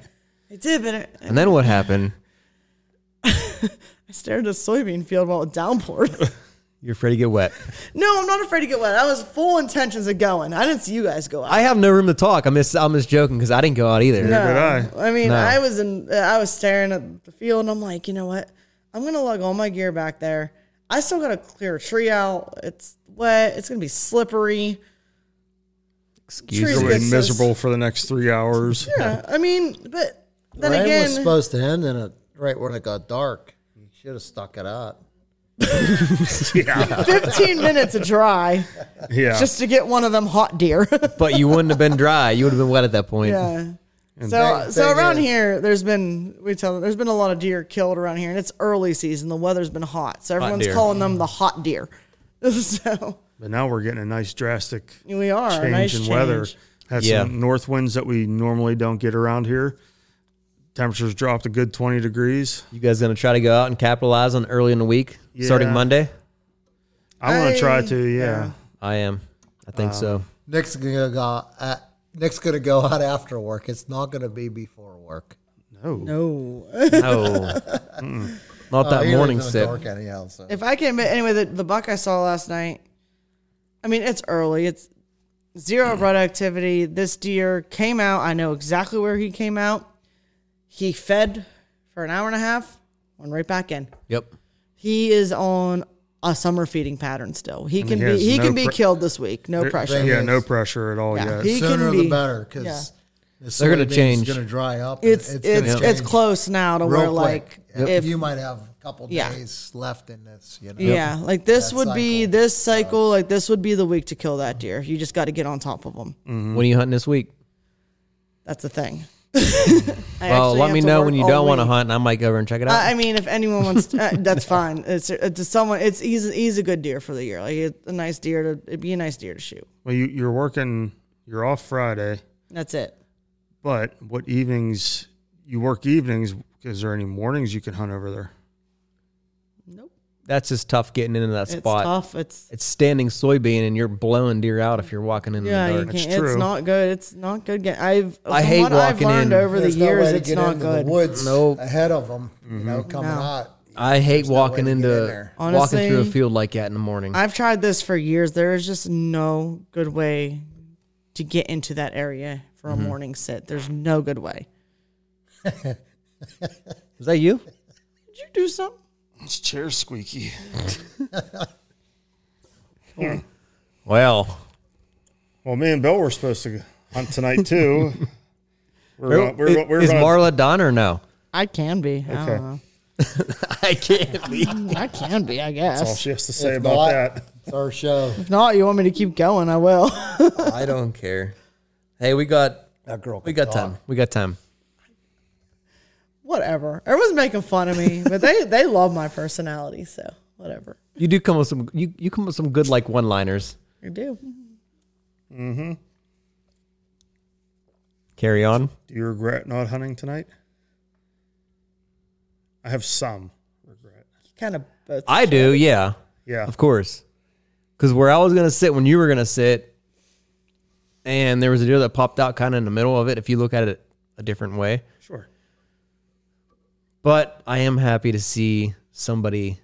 [SPEAKER 1] It did, but it,
[SPEAKER 2] And then what happened?
[SPEAKER 1] I stared at a soybean field while it downpoured.
[SPEAKER 2] You're afraid to get wet.
[SPEAKER 1] no, I'm not afraid to get wet. I was full intentions of going. I didn't see you guys go out.
[SPEAKER 2] I have no room to talk. I'm just, I'm just joking because I didn't go out either.
[SPEAKER 1] No,
[SPEAKER 3] did I.
[SPEAKER 1] mean,
[SPEAKER 2] No.
[SPEAKER 1] I was in. I was staring at the field, and I'm like, you know what? I'm gonna lug all my gear back there. I still gotta clear a tree out. It's wet. It's gonna be slippery.
[SPEAKER 2] Excuse
[SPEAKER 1] True.
[SPEAKER 2] me.
[SPEAKER 3] You're gonna
[SPEAKER 1] Yes,
[SPEAKER 3] be
[SPEAKER 1] yes.
[SPEAKER 3] miserable for the next three hours.
[SPEAKER 1] Yeah, I mean, but then
[SPEAKER 4] Rain
[SPEAKER 1] again,
[SPEAKER 4] was supposed to end in it right when it got dark. You should have stuck it out.
[SPEAKER 1] 15 minutes of dry
[SPEAKER 3] Yeah.
[SPEAKER 1] just to get one of them hot deer.
[SPEAKER 2] But you wouldn't have been dry. You would have been wet at that point.
[SPEAKER 1] yeah. So,
[SPEAKER 4] that
[SPEAKER 1] so
[SPEAKER 4] thing
[SPEAKER 1] around
[SPEAKER 4] is-
[SPEAKER 1] here, there's been we tell them there's been a lot of deer killed around here, and it's early season. The weather's been hot, so everyone's
[SPEAKER 2] deer.
[SPEAKER 1] calling
[SPEAKER 3] Mm.
[SPEAKER 1] them the hot deer. so
[SPEAKER 3] but now we're getting a nice drastic
[SPEAKER 1] we are
[SPEAKER 3] change
[SPEAKER 1] nice
[SPEAKER 3] in
[SPEAKER 1] change.
[SPEAKER 3] weather. Had
[SPEAKER 2] Yeah.
[SPEAKER 3] some north winds that we normally don't get around here. Temperatures dropped a good 20 degrees.
[SPEAKER 2] You guys gonna try to go out and capitalize on early in the week, starting
[SPEAKER 3] Yeah.
[SPEAKER 2] Monday?
[SPEAKER 3] I'm going to try
[SPEAKER 1] I-
[SPEAKER 3] to, yeah.
[SPEAKER 2] I am. I think so.
[SPEAKER 4] Nick's gonna go. Uh, Nick's gonna go out after work. It's not gonna be before work.
[SPEAKER 3] No.
[SPEAKER 1] No,
[SPEAKER 2] No, Hmm. not that
[SPEAKER 4] He lives
[SPEAKER 2] morning
[SPEAKER 4] in the
[SPEAKER 2] sip.
[SPEAKER 4] Dark anyhow, so.
[SPEAKER 1] if I can, but anyway, the, the buck I saw last night. I mean, it's early. It's zero
[SPEAKER 3] Mm.
[SPEAKER 1] productivity. This deer came out. I know exactly where he came out. He fed for an hour and a half, went right back in.
[SPEAKER 2] Yep.
[SPEAKER 1] He is on a summer feeding pattern still. He can
[SPEAKER 3] he
[SPEAKER 1] be
[SPEAKER 3] has
[SPEAKER 1] he
[SPEAKER 3] no
[SPEAKER 1] can be
[SPEAKER 3] pre-
[SPEAKER 1] killed this week. No
[SPEAKER 3] There-
[SPEAKER 1] pressure.
[SPEAKER 3] Yeah,
[SPEAKER 4] Yes.
[SPEAKER 3] no pressure at all
[SPEAKER 1] Yeah.
[SPEAKER 3] yet.
[SPEAKER 1] He- can
[SPEAKER 4] sooner
[SPEAKER 1] be-
[SPEAKER 4] the better because
[SPEAKER 1] yeah.
[SPEAKER 2] They're gonna change.
[SPEAKER 4] Going to dry up. and
[SPEAKER 1] It's it's it's,
[SPEAKER 4] gonna change
[SPEAKER 1] close now to
[SPEAKER 4] real
[SPEAKER 1] where
[SPEAKER 4] quick.
[SPEAKER 1] like
[SPEAKER 4] Yep.
[SPEAKER 1] if
[SPEAKER 4] you might have a couple
[SPEAKER 1] Yeah.
[SPEAKER 4] days left in this. You know,
[SPEAKER 1] yeah, like this
[SPEAKER 4] That
[SPEAKER 1] would be
[SPEAKER 4] cycle.
[SPEAKER 1] this cycle. Like this would be the week to kill that deer. You just got to get on top of them.
[SPEAKER 4] Mm.
[SPEAKER 2] When are you hunting this week?
[SPEAKER 1] That's the thing. I
[SPEAKER 2] Well,
[SPEAKER 1] actually
[SPEAKER 2] let
[SPEAKER 1] have
[SPEAKER 2] me
[SPEAKER 1] to
[SPEAKER 2] know
[SPEAKER 1] work
[SPEAKER 2] when you
[SPEAKER 1] all
[SPEAKER 2] don't want to
[SPEAKER 1] week.
[SPEAKER 2] hunt, and I might go over and check it out.
[SPEAKER 1] I I mean, if anyone wants, to, uh, that's fine. It's uh, to someone. It's he's he's a good deer for the year. Like it's a nice deer to it'd be a nice deer to shoot.
[SPEAKER 3] Well, you, you're working, you're off Friday,
[SPEAKER 1] That's it.
[SPEAKER 3] but what evenings, you work evenings. Is there any mornings you can hunt over there?
[SPEAKER 1] Nope.
[SPEAKER 2] That's just tough getting into that
[SPEAKER 1] It's
[SPEAKER 2] spot.
[SPEAKER 1] tough. It's
[SPEAKER 2] It's standing soybean, and you're blowing deer out if you're walking in
[SPEAKER 1] Yeah,
[SPEAKER 2] the
[SPEAKER 1] you
[SPEAKER 2] dark.
[SPEAKER 1] can't.
[SPEAKER 3] That's
[SPEAKER 1] It's
[SPEAKER 3] true.
[SPEAKER 1] not good. It's not good. Get, I've
[SPEAKER 2] I
[SPEAKER 1] from
[SPEAKER 2] hate
[SPEAKER 1] what I've
[SPEAKER 2] walking
[SPEAKER 1] learned
[SPEAKER 2] in.
[SPEAKER 1] over
[SPEAKER 4] There's
[SPEAKER 1] the
[SPEAKER 4] no way
[SPEAKER 1] years.
[SPEAKER 4] to
[SPEAKER 1] it's
[SPEAKER 4] get
[SPEAKER 1] not
[SPEAKER 4] into the
[SPEAKER 1] good.
[SPEAKER 4] woods
[SPEAKER 2] Nope.
[SPEAKER 4] ahead of them. You know, coming
[SPEAKER 1] No.
[SPEAKER 4] out.
[SPEAKER 2] I hate walking
[SPEAKER 4] way to get
[SPEAKER 2] into
[SPEAKER 4] in there.
[SPEAKER 2] walking through a
[SPEAKER 1] Honestly,
[SPEAKER 2] field like that in the morning.
[SPEAKER 1] I've tried this for years. There is just no good way to get into that area for a morning sit. There's no good way.
[SPEAKER 2] Is that you?
[SPEAKER 1] Did you do something?
[SPEAKER 3] It's chair squeaky.
[SPEAKER 2] Well,
[SPEAKER 3] Well, me and Bill were supposed to hunt tonight too. we're, gonna- we're,
[SPEAKER 2] is,
[SPEAKER 3] gonna- we're
[SPEAKER 2] is
[SPEAKER 3] gonna-
[SPEAKER 2] Marla done or no?
[SPEAKER 1] I can be. I
[SPEAKER 3] Okay.
[SPEAKER 1] don't know.
[SPEAKER 2] I can't be.
[SPEAKER 1] I can be, I
[SPEAKER 3] That's all
[SPEAKER 1] guess.
[SPEAKER 3] she has to say
[SPEAKER 4] If
[SPEAKER 3] about
[SPEAKER 4] not,
[SPEAKER 3] that.
[SPEAKER 4] It's our show.
[SPEAKER 1] If not, you want me to keep going, I will.
[SPEAKER 2] I don't care. Hey, we got
[SPEAKER 4] That girl.
[SPEAKER 2] we
[SPEAKER 4] can
[SPEAKER 2] got
[SPEAKER 4] talk.
[SPEAKER 2] time. We got time.
[SPEAKER 1] whatever. Everyone's making fun of me, but they they love my personality, so whatever.
[SPEAKER 2] You do come with some you, you come with some good like one liners.
[SPEAKER 1] I do.
[SPEAKER 2] Carry on.
[SPEAKER 3] Do you regret not hunting tonight? I have some regret.
[SPEAKER 1] Kind of both.
[SPEAKER 2] I do, yeah.
[SPEAKER 3] Yeah.
[SPEAKER 2] Of course. Cause where I was gonna sit when you were gonna sit, and there was a deer that popped out kind of in the middle of it, if you look at it a different way.
[SPEAKER 3] Sure.
[SPEAKER 2] But I am happy to see somebody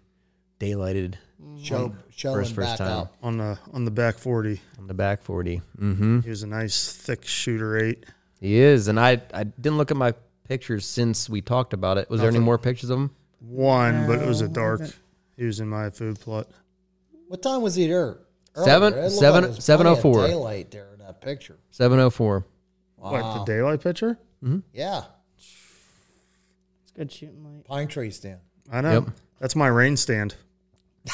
[SPEAKER 2] daylighted
[SPEAKER 4] Show, showing
[SPEAKER 2] First- first
[SPEAKER 4] back
[SPEAKER 2] time.
[SPEAKER 4] out.
[SPEAKER 3] On the on the back forty.
[SPEAKER 2] on the back forty. Mm-hmm.
[SPEAKER 3] He was a nice thick shooter eight.
[SPEAKER 2] He is, and I I didn't look at my pictures since we talked about it. Was there any more pictures of him?
[SPEAKER 3] One, but it was a dark. He was in my food plot.
[SPEAKER 4] What time was he there?
[SPEAKER 2] Seven-
[SPEAKER 4] It looked
[SPEAKER 2] seven-
[SPEAKER 4] it was plenty of
[SPEAKER 2] 7:04.
[SPEAKER 4] Daylight there in that picture.
[SPEAKER 2] Seven oh four.
[SPEAKER 3] What the daylight picture?
[SPEAKER 4] Yeah,
[SPEAKER 1] It's good shooting light.
[SPEAKER 4] pine tree stand.
[SPEAKER 3] I know.
[SPEAKER 2] Yep.
[SPEAKER 3] That's my rain stand.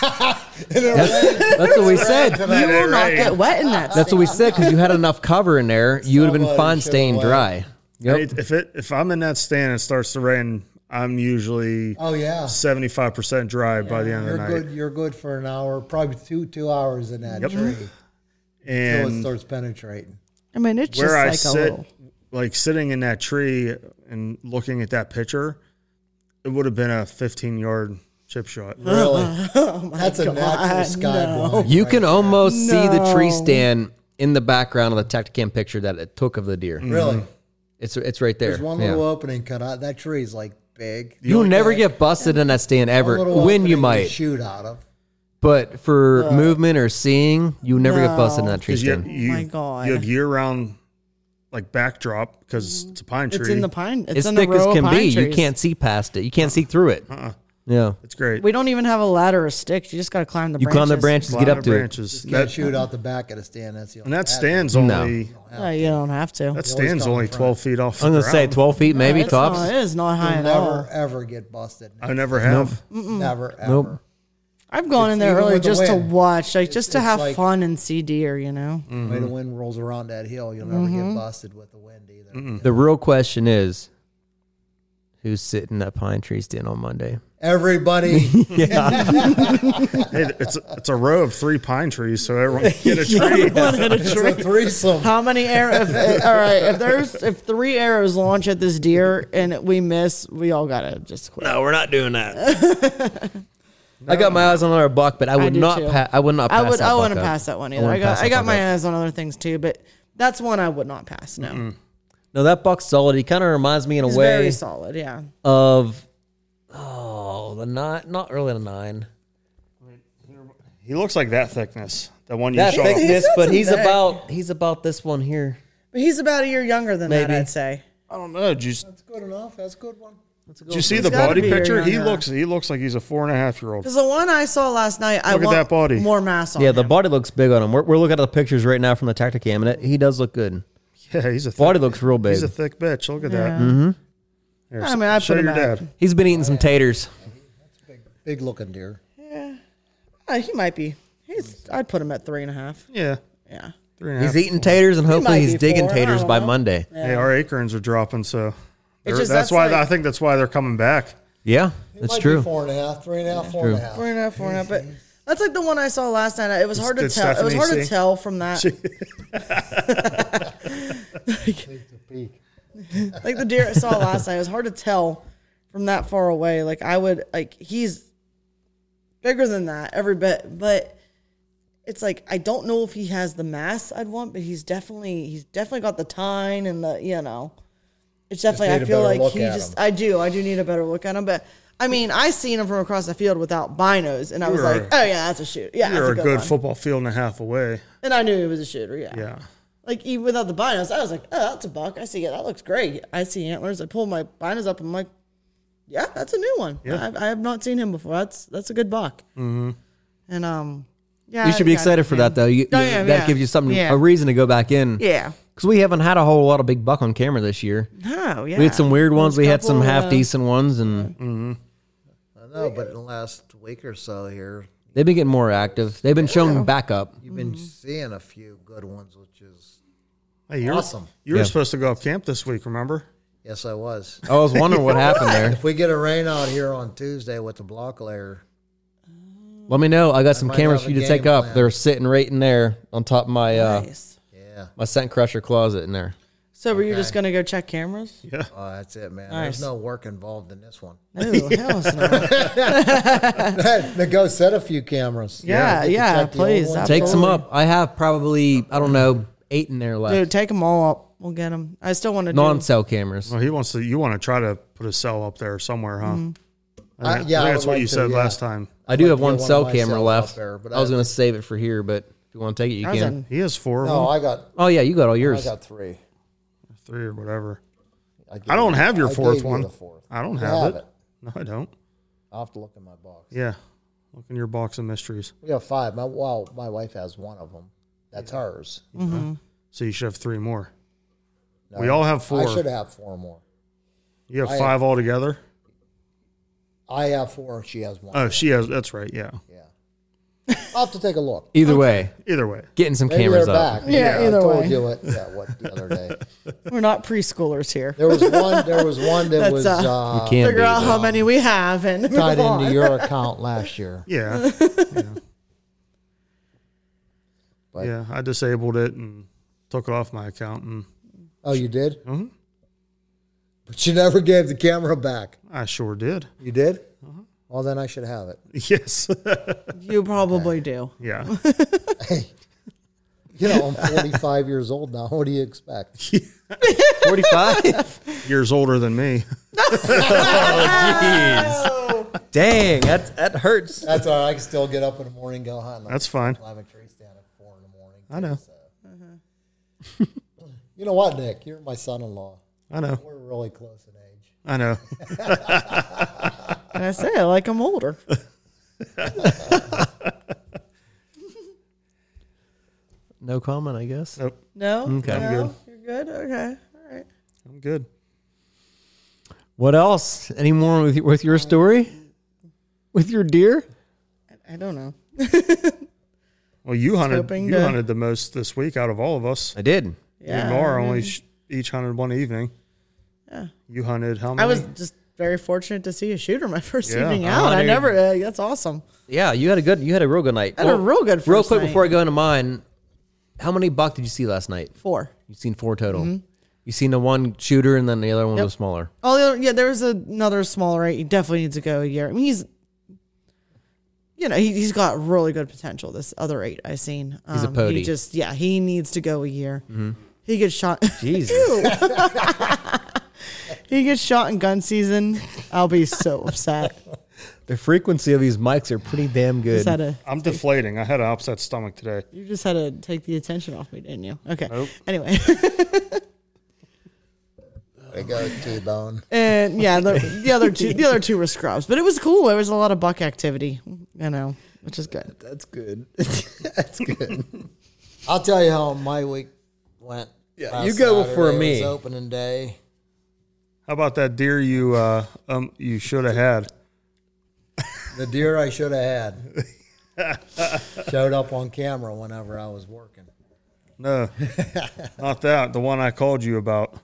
[SPEAKER 2] That's what we said.
[SPEAKER 1] You will not get wet in that.
[SPEAKER 2] That's what we said because you had enough cover in there. You would have been
[SPEAKER 4] Somebody
[SPEAKER 2] fine
[SPEAKER 4] should've
[SPEAKER 2] staying
[SPEAKER 4] went.
[SPEAKER 2] dry. Yep.
[SPEAKER 3] It- If it if I'm in that stand and it starts to rain, I'm usually
[SPEAKER 4] Oh yeah,
[SPEAKER 3] seventy five percent dry by the end of
[SPEAKER 4] you're
[SPEAKER 3] the night.
[SPEAKER 4] good. You're good for an hour, probably two two hours in that tree till it
[SPEAKER 3] And
[SPEAKER 4] starts penetrating.
[SPEAKER 1] I mean, it's just
[SPEAKER 3] where I
[SPEAKER 1] like a
[SPEAKER 3] sit,
[SPEAKER 1] little.
[SPEAKER 3] like sitting in that tree and looking at that picture, it would have been a 15 yard chip shot.
[SPEAKER 4] Really, that's a natural
[SPEAKER 1] Oh God,
[SPEAKER 4] sky blind.
[SPEAKER 2] You can almost see the tree
[SPEAKER 1] No.
[SPEAKER 2] stand in the background of the Tacticam picture that it took of the deer.
[SPEAKER 4] Really,
[SPEAKER 2] It's it's right there.
[SPEAKER 4] Mm. there's one
[SPEAKER 2] Yeah.
[SPEAKER 4] little uh, opening cut out. That tree's like big.
[SPEAKER 2] You'll never get busted in that stand ever.
[SPEAKER 4] One little
[SPEAKER 2] When you
[SPEAKER 4] opening
[SPEAKER 2] might,
[SPEAKER 4] shoot out of.
[SPEAKER 2] but for movement or seeing, you will never get busted in that tree
[SPEAKER 3] 'Cause you,
[SPEAKER 2] stand.
[SPEAKER 3] you,
[SPEAKER 1] Oh my God.
[SPEAKER 3] you have year round like backdrop because it's a pine tree.
[SPEAKER 1] Mm-hmm. It's in the pine. It's,
[SPEAKER 2] it's
[SPEAKER 1] in
[SPEAKER 2] thick
[SPEAKER 1] the row
[SPEAKER 2] as
[SPEAKER 1] of
[SPEAKER 2] can
[SPEAKER 1] pine
[SPEAKER 2] be. You
[SPEAKER 1] trees. Uh-uh.
[SPEAKER 2] can't see past it. You can't see through it. Yeah.
[SPEAKER 3] it's great.
[SPEAKER 1] We don't even have a ladder or sticks. You just got to climb the.
[SPEAKER 2] You
[SPEAKER 1] branches.
[SPEAKER 2] climb the branches,
[SPEAKER 3] Climb
[SPEAKER 2] get
[SPEAKER 3] the
[SPEAKER 2] up to it.
[SPEAKER 3] branches.
[SPEAKER 4] Can't
[SPEAKER 3] That,
[SPEAKER 4] shoot out the back of the stand. That's the
[SPEAKER 3] and
[SPEAKER 4] only.
[SPEAKER 3] that stands only
[SPEAKER 1] No, you don't have to.
[SPEAKER 3] that
[SPEAKER 1] That's
[SPEAKER 3] stands
[SPEAKER 4] come
[SPEAKER 3] only
[SPEAKER 4] from
[SPEAKER 3] 12 feet off.
[SPEAKER 2] I'm
[SPEAKER 3] the
[SPEAKER 2] gonna say
[SPEAKER 3] ground.
[SPEAKER 2] 12 feet, maybe
[SPEAKER 1] it's
[SPEAKER 2] tops.
[SPEAKER 1] Not, it is not high
[SPEAKER 4] You'll
[SPEAKER 1] at
[SPEAKER 4] never
[SPEAKER 1] all.
[SPEAKER 4] ever get busted.
[SPEAKER 3] I never have.
[SPEAKER 4] Never ever.
[SPEAKER 1] I've gone in there
[SPEAKER 4] even
[SPEAKER 1] early
[SPEAKER 4] with the
[SPEAKER 1] just to
[SPEAKER 4] wind.
[SPEAKER 1] watch, like just to
[SPEAKER 4] it's
[SPEAKER 1] have
[SPEAKER 4] like-
[SPEAKER 1] fun and see deer. You know,
[SPEAKER 2] Mm. Mm-hmm.
[SPEAKER 4] Way the wind rolls around that hill, you'll never get busted with the wind either.
[SPEAKER 2] The real question is, who's sitting that pine tree stand on Monday?
[SPEAKER 4] Everybody,
[SPEAKER 3] Hey, it's it's a row of three pine trees, so everyone can get a tree.
[SPEAKER 4] it's a threesome.
[SPEAKER 1] How many arrows? If, all right, if there's if three arrows launch at this deer and we miss, we all gotta just quit.
[SPEAKER 2] No, we're not doing that. I got my eyes on another buck, but I would
[SPEAKER 1] do
[SPEAKER 2] not.
[SPEAKER 1] too.
[SPEAKER 2] Pa- I would not. Pass
[SPEAKER 1] I would.
[SPEAKER 2] That
[SPEAKER 1] I
[SPEAKER 2] buck
[SPEAKER 1] wouldn't
[SPEAKER 2] up.
[SPEAKER 1] pass that one
[SPEAKER 2] I
[SPEAKER 1] either. I,
[SPEAKER 2] wouldn't
[SPEAKER 1] got.
[SPEAKER 2] pass that
[SPEAKER 1] I got
[SPEAKER 2] buck up.
[SPEAKER 1] my eyes on other things too, but that's one I would not pass. No,
[SPEAKER 2] No, that buck's solid. He kind of reminds me in a
[SPEAKER 1] it's
[SPEAKER 2] way
[SPEAKER 1] very solid. Yeah,
[SPEAKER 2] of oh the nine, not early the nine.
[SPEAKER 3] He looks like that thickness. That one you
[SPEAKER 2] That
[SPEAKER 3] shot.
[SPEAKER 2] thickness,
[SPEAKER 1] got
[SPEAKER 2] but
[SPEAKER 1] some
[SPEAKER 2] he's
[SPEAKER 1] neck.
[SPEAKER 2] about he's about this one here.
[SPEAKER 1] but he's about a year younger than that.
[SPEAKER 2] Maybe.
[SPEAKER 1] I'd say.
[SPEAKER 3] I don't know. Did you,
[SPEAKER 4] That's good enough. That's a good one.
[SPEAKER 3] did you see the
[SPEAKER 1] gotta
[SPEAKER 3] body
[SPEAKER 1] be your
[SPEAKER 3] picture? He
[SPEAKER 1] younger.
[SPEAKER 3] looks he looks like he's a four and a half year old.
[SPEAKER 1] Because the one I saw last night, I
[SPEAKER 3] Look at
[SPEAKER 1] want
[SPEAKER 3] that body.
[SPEAKER 1] more mass on.
[SPEAKER 2] Yeah, the
[SPEAKER 1] him.
[SPEAKER 2] body looks big on him. We're, we're looking at the pictures right now from the Tacticam, and it, he does look good.
[SPEAKER 3] Yeah, he's a thick,
[SPEAKER 2] Body looks real big.
[SPEAKER 3] he's a thick bitch. Look at that. Mm-hmm.
[SPEAKER 1] I mean, I
[SPEAKER 3] show
[SPEAKER 1] put him
[SPEAKER 3] your
[SPEAKER 1] out.
[SPEAKER 3] dad.
[SPEAKER 2] he's been eating some taters.
[SPEAKER 4] Big looking deer.
[SPEAKER 1] Uh, he might be. He's. I'd put him at three and a half.
[SPEAKER 3] Yeah,
[SPEAKER 1] Yeah.
[SPEAKER 3] three and a half.
[SPEAKER 2] He's eating taters, and hopefully
[SPEAKER 1] might
[SPEAKER 2] he's
[SPEAKER 1] be
[SPEAKER 2] digging
[SPEAKER 1] four, I
[SPEAKER 2] taters
[SPEAKER 1] don't
[SPEAKER 2] by
[SPEAKER 1] know.
[SPEAKER 2] Monday.
[SPEAKER 3] Hey, our acorns are dropping, so they're-
[SPEAKER 1] just-
[SPEAKER 3] that's,
[SPEAKER 1] that's
[SPEAKER 3] why
[SPEAKER 1] like-
[SPEAKER 3] I think that's why they're coming back.
[SPEAKER 2] Yeah,
[SPEAKER 4] It
[SPEAKER 2] that's
[SPEAKER 4] might
[SPEAKER 2] true.
[SPEAKER 4] Be four and a half, three and a half, four and a half.
[SPEAKER 1] Four and a half, four and a half. But that's like the one I saw last night. It was hard to
[SPEAKER 3] did
[SPEAKER 1] tell. it was
[SPEAKER 3] Stephanie
[SPEAKER 1] hard to
[SPEAKER 3] see?
[SPEAKER 1] tell from that.
[SPEAKER 4] It's a peak.
[SPEAKER 1] like the deer I saw last night. It was hard to tell from that far away. Like I would like he's bigger than that every bit, but it's like I don't know if he has the mass I'd want, but he's definitely he's definitely got the tine and the you know. It's definitely
[SPEAKER 4] need
[SPEAKER 1] I
[SPEAKER 4] a
[SPEAKER 1] feel
[SPEAKER 4] better
[SPEAKER 1] like
[SPEAKER 4] look
[SPEAKER 1] he
[SPEAKER 4] at
[SPEAKER 1] just
[SPEAKER 4] him.
[SPEAKER 1] I do I do need a better look at him, but. I mean, I seen him from across the field without binos, and I was
[SPEAKER 3] You're-
[SPEAKER 1] like, "Oh yeah, that's a shoot. Yeah, that's
[SPEAKER 3] They're
[SPEAKER 1] a
[SPEAKER 3] a
[SPEAKER 1] good,
[SPEAKER 3] good
[SPEAKER 1] one."
[SPEAKER 3] football field and a half away.
[SPEAKER 1] And I knew he was a shooter. Yeah,
[SPEAKER 3] Yeah,
[SPEAKER 1] like even without the binos, I was like, oh, that's a buck. I see it. That looks great. I see antlers. I pull my binos up. I'm like, yeah, that's a new one.
[SPEAKER 3] Yeah.
[SPEAKER 1] I, I have not seen him before. That's that's a good buck. Mm-hmm. And um, yeah,
[SPEAKER 2] You should be
[SPEAKER 1] yeah,
[SPEAKER 2] excited for
[SPEAKER 1] yeah.
[SPEAKER 2] that, though. You,
[SPEAKER 1] Oh,
[SPEAKER 2] you-
[SPEAKER 1] yeah,
[SPEAKER 2] that
[SPEAKER 1] yeah.
[SPEAKER 2] gives you something,
[SPEAKER 1] Yeah.
[SPEAKER 2] a reason to go back in.
[SPEAKER 1] Yeah.
[SPEAKER 2] Because we haven't had a whole lot of big buck on camera this year.
[SPEAKER 1] No. Yeah.
[SPEAKER 4] uh,
[SPEAKER 2] We had some weird ones. Mm. We had some
[SPEAKER 1] couple,
[SPEAKER 2] half
[SPEAKER 1] uh,
[SPEAKER 2] decent ones, and
[SPEAKER 4] know, but in the last week or so here,
[SPEAKER 2] They've been getting more active. They've been showing back up.
[SPEAKER 4] you've been seeing a few good ones, which is
[SPEAKER 3] Hey, you're,
[SPEAKER 4] Awesome.
[SPEAKER 3] You were
[SPEAKER 2] Yeah.
[SPEAKER 3] supposed to go up camp this week, remember?
[SPEAKER 4] yes, I was.
[SPEAKER 2] I was wondering what happened there.
[SPEAKER 4] If we get a rain out here on Tuesday with the block layer,
[SPEAKER 2] Let me know. I got some
[SPEAKER 4] might
[SPEAKER 2] cameras
[SPEAKER 4] have
[SPEAKER 2] for
[SPEAKER 4] a
[SPEAKER 2] you to take
[SPEAKER 4] game
[SPEAKER 2] up.
[SPEAKER 4] plan.
[SPEAKER 2] They're sitting right in there on top of my uh,
[SPEAKER 1] Nice.
[SPEAKER 4] yeah,
[SPEAKER 2] my scent crusher closet in there.
[SPEAKER 1] So were you just gonna go check cameras?
[SPEAKER 3] Yeah.
[SPEAKER 4] oh, that's it, man.
[SPEAKER 1] Nice.
[SPEAKER 4] There's no work involved in this one.
[SPEAKER 1] No, hell no.
[SPEAKER 4] to go set a few cameras.
[SPEAKER 1] Yeah,
[SPEAKER 4] You can
[SPEAKER 1] yeah,
[SPEAKER 4] check the old
[SPEAKER 1] please,
[SPEAKER 4] ones.
[SPEAKER 1] absolutely.
[SPEAKER 2] Take some up. I have probably I don't know eight in there left.
[SPEAKER 1] Dude, take them all up. We'll get them. I still want to do.
[SPEAKER 2] Non cell cameras.
[SPEAKER 3] Well, he wants to. You want to try to put a cell up there somewhere, huh? I
[SPEAKER 4] Uh,
[SPEAKER 3] think- I
[SPEAKER 4] yeah,
[SPEAKER 3] think
[SPEAKER 4] I
[SPEAKER 3] that's
[SPEAKER 4] would
[SPEAKER 3] what
[SPEAKER 4] like
[SPEAKER 3] you
[SPEAKER 4] to,
[SPEAKER 3] said
[SPEAKER 4] yeah.
[SPEAKER 3] last time.
[SPEAKER 2] I do
[SPEAKER 4] like
[SPEAKER 2] have
[SPEAKER 4] to
[SPEAKER 2] one
[SPEAKER 4] get one
[SPEAKER 2] cell
[SPEAKER 4] of my
[SPEAKER 2] camera
[SPEAKER 4] cells
[SPEAKER 2] left.
[SPEAKER 4] up there, but
[SPEAKER 2] I
[SPEAKER 4] I
[SPEAKER 2] was
[SPEAKER 4] have
[SPEAKER 2] going to save it for here, but if you want to take it, you
[SPEAKER 1] I was
[SPEAKER 2] can.
[SPEAKER 1] in-
[SPEAKER 3] He has four of
[SPEAKER 4] No,
[SPEAKER 3] them,
[SPEAKER 4] I got
[SPEAKER 2] Oh yeah, you got all yours.
[SPEAKER 4] I got three.
[SPEAKER 3] three or whatever.
[SPEAKER 4] gave
[SPEAKER 3] I don't
[SPEAKER 4] you-
[SPEAKER 3] have your
[SPEAKER 4] I
[SPEAKER 3] fourth
[SPEAKER 4] gave you
[SPEAKER 3] one.
[SPEAKER 4] the fourth.
[SPEAKER 3] I don't
[SPEAKER 4] You
[SPEAKER 3] have,
[SPEAKER 4] have
[SPEAKER 3] it.
[SPEAKER 4] it.
[SPEAKER 3] No, I don't.
[SPEAKER 4] I'll have to look in my box.
[SPEAKER 3] Yeah, look in your box of mysteries.
[SPEAKER 4] We got five. My well, my wife has one of them. That's hers.
[SPEAKER 1] Mm-hmm.
[SPEAKER 3] So you should have three more.
[SPEAKER 4] No,
[SPEAKER 3] we all have four.
[SPEAKER 4] I should have four more.
[SPEAKER 3] You have
[SPEAKER 4] I-
[SPEAKER 3] five altogether.
[SPEAKER 4] I have four, and she has one.
[SPEAKER 3] Oh, she has. That's right. Yeah.
[SPEAKER 4] yeah. I'll have to take a look.
[SPEAKER 2] Either way,
[SPEAKER 3] Either way,
[SPEAKER 2] getting some
[SPEAKER 4] Maybe
[SPEAKER 2] cameras
[SPEAKER 4] they're
[SPEAKER 2] up.
[SPEAKER 4] back.
[SPEAKER 1] Yeah,
[SPEAKER 4] I
[SPEAKER 1] either
[SPEAKER 4] told
[SPEAKER 1] way.
[SPEAKER 4] you it. Yeah, what the other day.
[SPEAKER 1] We're not preschoolers here.
[SPEAKER 4] There was one. There was one that
[SPEAKER 1] That's,
[SPEAKER 4] was
[SPEAKER 1] uh,
[SPEAKER 4] uh,
[SPEAKER 2] Can
[SPEAKER 1] Figure
[SPEAKER 2] be,
[SPEAKER 1] out
[SPEAKER 2] though.
[SPEAKER 1] how many we have and move
[SPEAKER 4] tied
[SPEAKER 1] on.
[SPEAKER 4] into your account last year.
[SPEAKER 3] yeah, yeah.
[SPEAKER 4] But-
[SPEAKER 3] yeah. I disabled it and took it off my account, and
[SPEAKER 4] Oh, you did.
[SPEAKER 3] Mhm.
[SPEAKER 4] But you never gave the camera back.
[SPEAKER 3] I sure did.
[SPEAKER 4] You did. Well, then I should have it.
[SPEAKER 3] Yes.
[SPEAKER 1] You probably do.
[SPEAKER 3] yeah.
[SPEAKER 4] Hey, you know I'm 45 years old now. What do you expect?
[SPEAKER 2] Forty-five.
[SPEAKER 3] Years older than me.
[SPEAKER 2] Dang, that that hurts.
[SPEAKER 4] That's all right. I can still get up in the morning, go hunting.
[SPEAKER 3] That's fine.
[SPEAKER 4] climb a tree stand at four in the morning.
[SPEAKER 3] I know.
[SPEAKER 4] so. you know what, Nick? You're my son-in-law.
[SPEAKER 3] I know.
[SPEAKER 4] We're really close in age.
[SPEAKER 3] I know.
[SPEAKER 1] And I say it like I'm older.
[SPEAKER 2] No comment, I guess.
[SPEAKER 3] Nope.
[SPEAKER 1] No,
[SPEAKER 2] Okay. I'm
[SPEAKER 1] no, you're good. Okay, all right.
[SPEAKER 3] I'm good.
[SPEAKER 2] What else? Any more with your, with your story? With your deer?
[SPEAKER 1] I, I don't know.
[SPEAKER 3] Well, you hunted.
[SPEAKER 1] hoping
[SPEAKER 3] You
[SPEAKER 1] to-
[SPEAKER 3] hunted the most this week out of all of us.
[SPEAKER 2] I did.
[SPEAKER 3] You and Laura only sh- each hunted one evening.
[SPEAKER 1] Yeah.
[SPEAKER 3] You hunted how many?
[SPEAKER 1] I was just very fortunate to see a shooter my first
[SPEAKER 3] Yeah.
[SPEAKER 1] evening
[SPEAKER 2] Oh,
[SPEAKER 1] out. I
[SPEAKER 2] dude.
[SPEAKER 1] never. Uh, that's awesome.
[SPEAKER 2] Yeah, you had a good. You had a real good night.
[SPEAKER 1] I had a real good
[SPEAKER 2] real
[SPEAKER 1] first
[SPEAKER 2] quick
[SPEAKER 1] night.
[SPEAKER 2] before I go into mine, how many buck did you see last night?
[SPEAKER 1] Four.
[SPEAKER 2] You've seen four total.
[SPEAKER 1] Mm-hmm.
[SPEAKER 2] You've seen the one shooter, and then the other one was smaller.
[SPEAKER 1] Oh the other- yeah, there was another small right. He definitely needs to go a year. I mean, he's you know he, he's got really good potential. This other eight I've seen. Um,
[SPEAKER 2] He's a
[SPEAKER 1] He
[SPEAKER 2] pody.
[SPEAKER 1] just yeah, he needs to go a year. He gets shot.
[SPEAKER 2] Jesus.
[SPEAKER 1] he gets shot in gun season. I'll be so upset.
[SPEAKER 2] the frequency of these mics are pretty damn good.
[SPEAKER 1] Just had to
[SPEAKER 3] I'm deflating. I had an upset stomach today.
[SPEAKER 1] you just had to take the attention off me, didn't you? Okay.
[SPEAKER 3] Nope.
[SPEAKER 1] Anyway,
[SPEAKER 4] There you go, T-Bone.
[SPEAKER 1] and yeah, the, the other two the other two were scrubs, but it was cool. There was a lot of buck activity, you know, which is good.
[SPEAKER 2] That's good. That's good.
[SPEAKER 4] I'll tell you how my week went.
[SPEAKER 2] Yeah,
[SPEAKER 4] last
[SPEAKER 2] you go before
[SPEAKER 4] Saturday. It
[SPEAKER 2] me.
[SPEAKER 4] was opening day.
[SPEAKER 3] How about that deer you uh, um you should have had?
[SPEAKER 4] The deer I should have had showed up on camera whenever I was working.
[SPEAKER 3] No, not that. The one I called you about.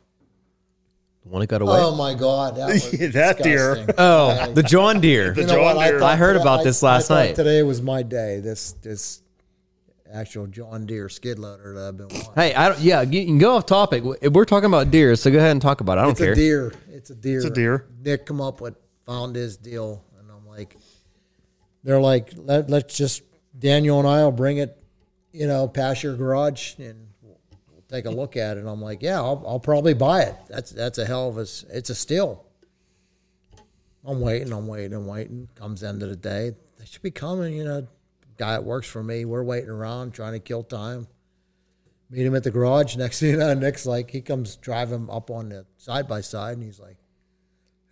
[SPEAKER 2] One that got away.
[SPEAKER 4] Oh my God, that, was
[SPEAKER 3] That deer.
[SPEAKER 4] disgusting.
[SPEAKER 2] oh, the John Deere.
[SPEAKER 4] You know what?
[SPEAKER 3] John Deere.
[SPEAKER 4] thought
[SPEAKER 2] I heard
[SPEAKER 4] today-
[SPEAKER 2] about this
[SPEAKER 4] I- I
[SPEAKER 2] last
[SPEAKER 4] thought
[SPEAKER 2] night.
[SPEAKER 4] Today was my day. This this actual John Deere skid loader that I've been wanting.
[SPEAKER 2] Hey, I don't, yeah, you can go off topic. We're talking about deer, so go ahead and talk about it. I don't
[SPEAKER 4] It's
[SPEAKER 2] care.
[SPEAKER 4] a deer. It's a deer. It's
[SPEAKER 3] a deer.
[SPEAKER 4] Nick come up with found his deal, and I'm like, they're like, Let, let's just Daniel and I will bring it, you know, past your garage and we'll we'll take a look at it. And I'm like, yeah, I'll, I'll probably buy it. That's that's a hell of a s- it's a steal. I'm waiting, I'm waiting, I'm waiting. Comes end of the day, they should be coming. You know, guy that works for me. We're waiting around trying to kill time meet him at the garage. Next thing you know, Nick's like, he comes driving up on the side by side, and he's like,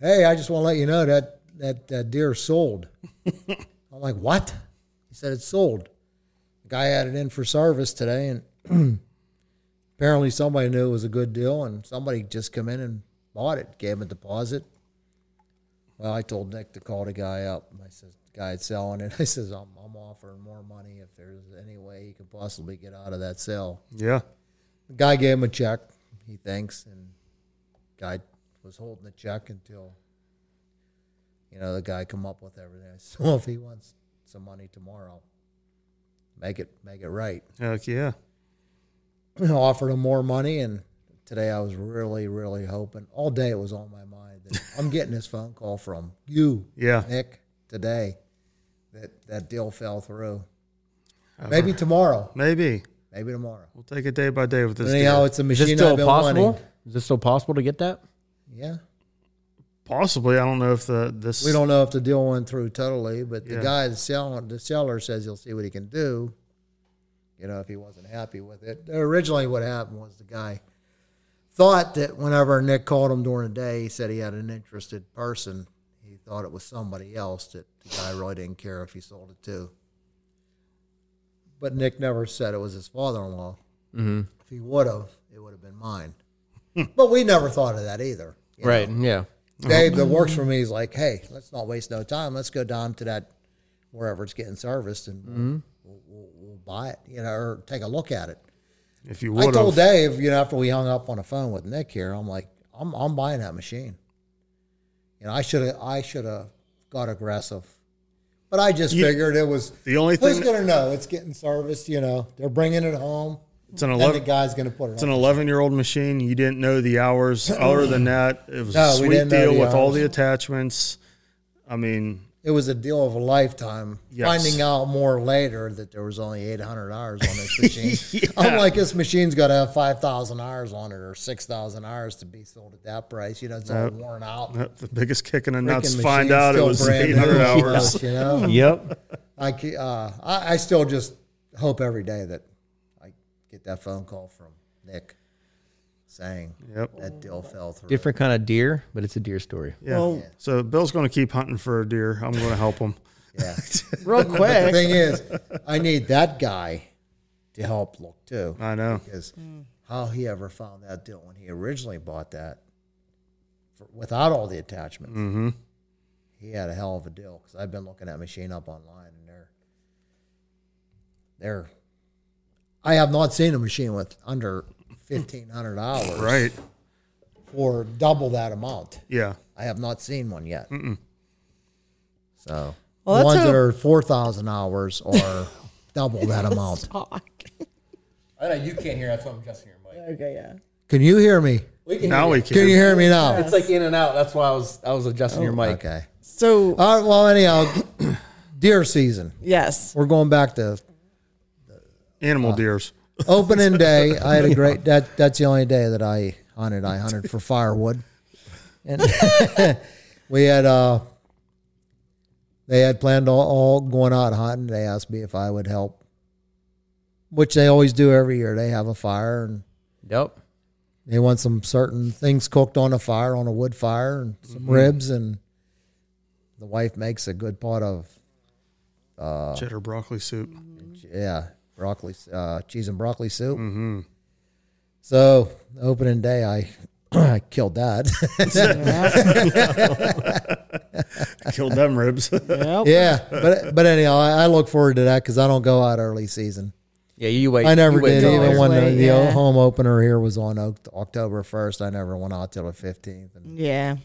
[SPEAKER 4] "Hey, I just want to let you know that that, that deer sold." I'm like, "What?" He said, "It's sold." The guy had it in for service today, and apparently somebody knew it was a good deal, and somebody just come in and bought it, gave him a deposit. Well, I told Nick to call the guy up. I said, the "Guy's selling it." I says, "I'm, I'm offering more money if there's any way he could possibly get out of that sale."
[SPEAKER 3] Yeah.
[SPEAKER 4] The guy gave him a check. He thinks, and guy was holding the check until you know the guy come up with everything. I said, "Well, if he wants some money tomorrow, make it make it right."
[SPEAKER 3] Heck yeah.
[SPEAKER 4] offered him more money and today I was really, really hoping all day it was on my mind that I'm getting this phone call from you,
[SPEAKER 3] Yeah.
[SPEAKER 4] Nick, today that that deal fell through.
[SPEAKER 2] Uh-huh.
[SPEAKER 4] Maybe tomorrow.
[SPEAKER 3] Maybe.
[SPEAKER 4] Maybe tomorrow.
[SPEAKER 3] We'll take it day by day with this.
[SPEAKER 4] Anyhow,
[SPEAKER 3] deal.
[SPEAKER 4] it's a
[SPEAKER 2] Is this
[SPEAKER 4] machine
[SPEAKER 2] still
[SPEAKER 4] I've been
[SPEAKER 2] possible?
[SPEAKER 4] wanting.
[SPEAKER 2] Is this still possible to get that?
[SPEAKER 4] Yeah.
[SPEAKER 3] Possibly. I don't know if the this
[SPEAKER 4] We don't know if the deal went through totally, but the
[SPEAKER 3] Yeah.
[SPEAKER 4] guy that's selling the seller says he'll see what he can do. You know, if he wasn't happy with it. Originally what happened was the guy thought that whenever Nick called him during the day, he said he had an interested person. He thought it was somebody else that the guy really didn't care if he sold it to. But Nick never said it was his father in law. Mm-hmm. If he would have, it would have been mine. but we never thought of that either. you
[SPEAKER 2] Right. Yeah.
[SPEAKER 3] Uh-huh.
[SPEAKER 4] Dave that works for me is like, hey, let's not waste no time. Let's go down to that wherever it's getting serviced and
[SPEAKER 3] Mm-hmm.
[SPEAKER 4] we'll, we'll, we'll buy it, you know, or take a look at it.
[SPEAKER 3] if you
[SPEAKER 4] I
[SPEAKER 3] would
[SPEAKER 4] told
[SPEAKER 3] have
[SPEAKER 4] Dave, you know, after we hung up on the phone with Nick here, I'm like, I'm, I'm buying that machine. You know, I should have I should have got aggressive, but I just
[SPEAKER 3] You-
[SPEAKER 4] figured it was
[SPEAKER 3] the only
[SPEAKER 4] who's
[SPEAKER 3] thing
[SPEAKER 4] going to know it's getting serviced. You know, they're bringing it home.
[SPEAKER 3] it's an
[SPEAKER 4] And the
[SPEAKER 3] eleven
[SPEAKER 4] guy's going to put it.
[SPEAKER 3] it's
[SPEAKER 4] on.
[SPEAKER 3] an eleven year old machine. You didn't know the hours. Other than that, it was
[SPEAKER 4] No,
[SPEAKER 3] a
[SPEAKER 4] we
[SPEAKER 3] sweet
[SPEAKER 4] didn't know
[SPEAKER 3] deal
[SPEAKER 4] the
[SPEAKER 3] with all
[SPEAKER 4] hours.
[SPEAKER 3] the attachments. I mean,
[SPEAKER 4] it was a deal of a lifetime.
[SPEAKER 3] Yes.
[SPEAKER 4] Finding out more later that there was only 800 hours on this machine. I'm like, this machine's got to have 5,000 hours on it or 6,000 hours to be sold at that price. You know, it's all worn out.
[SPEAKER 3] the biggest kick in the
[SPEAKER 4] Freaking
[SPEAKER 3] nuts.
[SPEAKER 4] machine's
[SPEAKER 3] Find out it
[SPEAKER 4] still
[SPEAKER 3] was
[SPEAKER 4] brand
[SPEAKER 3] eight
[SPEAKER 4] new
[SPEAKER 3] hundred
[SPEAKER 4] almost,
[SPEAKER 3] hours.
[SPEAKER 4] You know,
[SPEAKER 2] Yep.
[SPEAKER 4] I, ca- uh, I, I still just hope every day that I get that phone call from Nick saying
[SPEAKER 3] Yep.
[SPEAKER 4] that deal fell through.
[SPEAKER 2] Different kind of deer, but it's a deer story.
[SPEAKER 3] Yeah. so Bill's going to keep hunting for a deer. I'm going to help him.
[SPEAKER 4] Yeah.
[SPEAKER 1] Real
[SPEAKER 4] the
[SPEAKER 1] quick.
[SPEAKER 4] thing is, I need that guy to help look too.
[SPEAKER 3] I know.
[SPEAKER 4] is
[SPEAKER 1] Hmm.
[SPEAKER 4] how he ever found that deal when he originally bought that for, without all the attachments. Mm-hmm. He had a hell of a deal because I've been looking at machine up online and they're they're I have not seen a machine with under fifteen hundred dollars
[SPEAKER 3] Right.
[SPEAKER 4] or double that amount.
[SPEAKER 3] Yeah.
[SPEAKER 4] I have not seen one yet. So
[SPEAKER 1] Well,
[SPEAKER 4] the
[SPEAKER 1] that's
[SPEAKER 4] ones that
[SPEAKER 1] how-
[SPEAKER 4] are four thousand hours or double that amount.
[SPEAKER 1] Talk.
[SPEAKER 2] I know you can't hear. That's why I'm adjusting your mic.
[SPEAKER 1] Okay, yeah.
[SPEAKER 4] Can you hear me?
[SPEAKER 2] We can.
[SPEAKER 3] Now we
[SPEAKER 4] Can you
[SPEAKER 3] can.
[SPEAKER 4] hear me now?
[SPEAKER 2] It's like in and out. That's why I was I was adjusting your mic.
[SPEAKER 4] Okay.
[SPEAKER 1] So
[SPEAKER 4] All right. Well, anyhow, deer season.
[SPEAKER 1] yes,
[SPEAKER 4] We're going back to
[SPEAKER 3] Animal deers.
[SPEAKER 4] opening day. I had a great. That that's the only day that I hunted. I hunted for firewood, and we had. uh They had planned all, all going out hunting. They asked me if I would help, which they always do every year. They have a fire and
[SPEAKER 2] Yep.
[SPEAKER 4] they want some certain things cooked on a fire, on a wood fire, and some ribs. And the wife makes a good pot of Uh.
[SPEAKER 3] Cheddar broccoli soup.
[SPEAKER 4] yeah, broccoli, uh, cheese and broccoli soup. Mm-hmm. So opening day, I I killed that.
[SPEAKER 3] Killed them ribs.
[SPEAKER 1] yep.
[SPEAKER 4] yeah, but but anyhow, I, I look forward to that because I don't go out early season.
[SPEAKER 2] Yeah. You wait.
[SPEAKER 4] I never
[SPEAKER 2] you wait
[SPEAKER 4] did
[SPEAKER 2] till
[SPEAKER 1] till
[SPEAKER 4] even
[SPEAKER 2] later.
[SPEAKER 1] it's
[SPEAKER 4] when the,
[SPEAKER 1] late,
[SPEAKER 4] the
[SPEAKER 1] yeah.
[SPEAKER 4] home opener here was on Oc- October first. I never went out till the fifteenth. And
[SPEAKER 1] Yeah.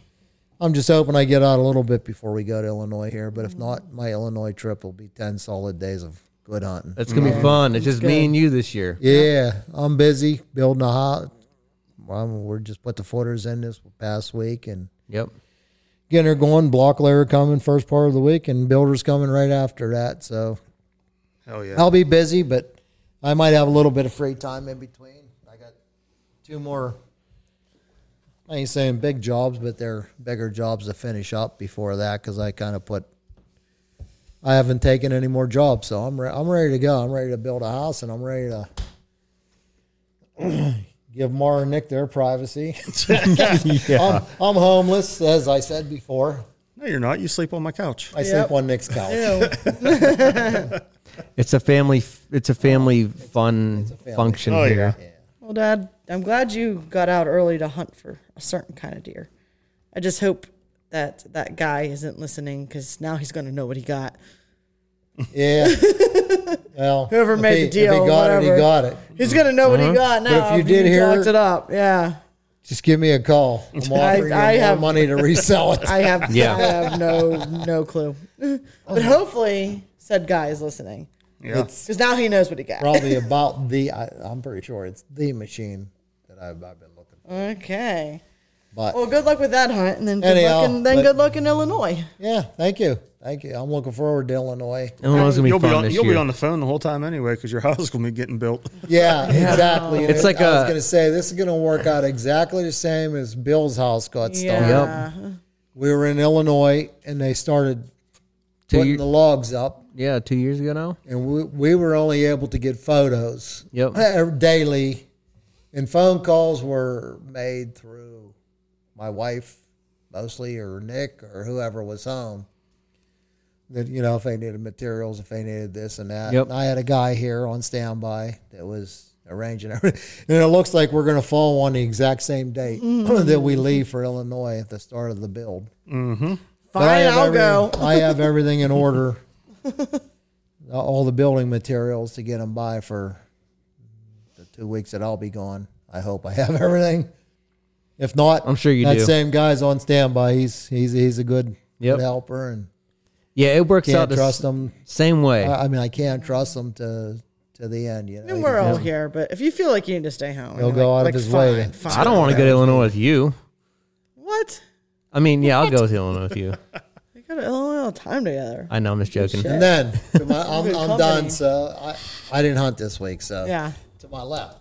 [SPEAKER 4] I'm just hoping I get out a little bit before we go to Illinois here. But if not, my Illinois trip will be ten solid days of good hunting.
[SPEAKER 2] That's gonna be fun. Mm-hmm. It's just
[SPEAKER 1] good.
[SPEAKER 2] me and you this year.
[SPEAKER 4] Yeah, I'm busy building a house. Well, we're just put the footers in this past week and
[SPEAKER 2] Yep.
[SPEAKER 4] getting her going. Block layer coming first part of the week, and builders coming right after that. So
[SPEAKER 3] Hell yeah.
[SPEAKER 4] I'll be busy, but I might have a little bit of free time in between. I got two more. I ain't saying big jobs, but they're bigger jobs to finish up before that because I kind of put. I haven't taken any more jobs, so I'm re- I'm ready to go. I'm ready to build a house, and I'm ready to give Mara and Nick their privacy. I'm, I'm homeless, as I said before.
[SPEAKER 3] No, you're not. You sleep on my couch.
[SPEAKER 4] I
[SPEAKER 1] Yep.
[SPEAKER 4] sleep on Nick's couch.
[SPEAKER 2] It's a family. It's a family fun
[SPEAKER 4] family.
[SPEAKER 2] function
[SPEAKER 3] Oh,
[SPEAKER 2] here.
[SPEAKER 3] yeah.
[SPEAKER 1] Well, Dad, I'm glad you got out early to hunt for a certain kind of deer. I just hope that that guy isn't listening because now he's going to know what he got.
[SPEAKER 4] Yeah. well,
[SPEAKER 1] Whoever
[SPEAKER 4] if
[SPEAKER 1] made
[SPEAKER 4] he-
[SPEAKER 1] the deal,
[SPEAKER 4] if he got it,
[SPEAKER 1] whatever.
[SPEAKER 4] he got it.
[SPEAKER 1] He's going to know what he got now.
[SPEAKER 4] Uh-huh. if you did hear-
[SPEAKER 1] talked it up, yeah,
[SPEAKER 4] Just give me a call. I'm offering
[SPEAKER 1] I-
[SPEAKER 4] you
[SPEAKER 1] I
[SPEAKER 4] more
[SPEAKER 1] have-
[SPEAKER 4] money to resell it.
[SPEAKER 1] I have,
[SPEAKER 2] Yeah.
[SPEAKER 1] I have no no clue. but hopefully, said guy is listening
[SPEAKER 3] Yeah.
[SPEAKER 1] because now he knows what he got.
[SPEAKER 4] Probably about the. I, I'm pretty sure it's the machine that I've, I've been looking for.
[SPEAKER 1] Okay.
[SPEAKER 4] But
[SPEAKER 1] Well, good luck with that hunt, and then good
[SPEAKER 4] Anyhow,
[SPEAKER 1] luck in, then
[SPEAKER 4] but-
[SPEAKER 1] good luck in Illinois.
[SPEAKER 4] yeah, thank you, thank you. I'm looking forward to Illinois.
[SPEAKER 2] Illinois is gonna be
[SPEAKER 3] You'll, be
[SPEAKER 2] fun
[SPEAKER 3] on,
[SPEAKER 2] this
[SPEAKER 3] you'll
[SPEAKER 2] year.
[SPEAKER 3] be on the phone the whole time anyway because your house is going to be getting built.
[SPEAKER 4] Yeah, exactly.
[SPEAKER 2] It's
[SPEAKER 4] I-
[SPEAKER 2] like
[SPEAKER 4] I was
[SPEAKER 2] a-
[SPEAKER 4] going to say this is going to work out exactly the same as Bill's house got started.
[SPEAKER 1] Yeah.
[SPEAKER 4] We were in Illinois and they started
[SPEAKER 2] two
[SPEAKER 4] putting
[SPEAKER 2] year,
[SPEAKER 4] the logs up,
[SPEAKER 2] yeah, two years ago now.
[SPEAKER 4] and we we were only able to get photos
[SPEAKER 2] Yep.
[SPEAKER 4] daily, and phone calls were made through my wife mostly, or Nick, or whoever was home. That you know, if they needed materials, if they needed this and that.
[SPEAKER 2] Yep.
[SPEAKER 4] And I had a guy here on standby that was arranging everything, and it looks like we're going to fall on the exact same date
[SPEAKER 2] Mm-hmm.
[SPEAKER 4] that we leave for Illinois at the start of the build. But I
[SPEAKER 1] Fine,
[SPEAKER 4] have
[SPEAKER 1] I'll go.
[SPEAKER 4] everything- I have everything in order. Uh, All the building materials to get them by for the two weeks that I'll be gone. I hope I have everything. If not,
[SPEAKER 2] I'm sure you
[SPEAKER 4] that
[SPEAKER 2] do.
[SPEAKER 4] same guy's on standby. He's he's he's a good,
[SPEAKER 2] Yep.
[SPEAKER 4] good helper and
[SPEAKER 2] Yeah, it works out
[SPEAKER 4] can't
[SPEAKER 2] the
[SPEAKER 4] trust
[SPEAKER 2] s-
[SPEAKER 4] him.
[SPEAKER 2] same way.
[SPEAKER 4] I, I mean, I can't trust him to to the end. You know,
[SPEAKER 1] And we're all here, but if you feel like you need to stay home,
[SPEAKER 4] He'll
[SPEAKER 1] you're
[SPEAKER 4] go out of his way.
[SPEAKER 1] fine, fine.
[SPEAKER 2] I don't want to go to Illinois with you.
[SPEAKER 1] What?
[SPEAKER 2] I mean, yeah, I'll go to Illinois with you.
[SPEAKER 1] We go to Illinois all the time together.
[SPEAKER 2] I know I'm just joking.
[SPEAKER 4] And then to my,
[SPEAKER 1] Good
[SPEAKER 4] I'm, I'm
[SPEAKER 1] company.
[SPEAKER 4] done. So I I didn't hunt this week. So
[SPEAKER 1] Yeah.
[SPEAKER 4] to my left.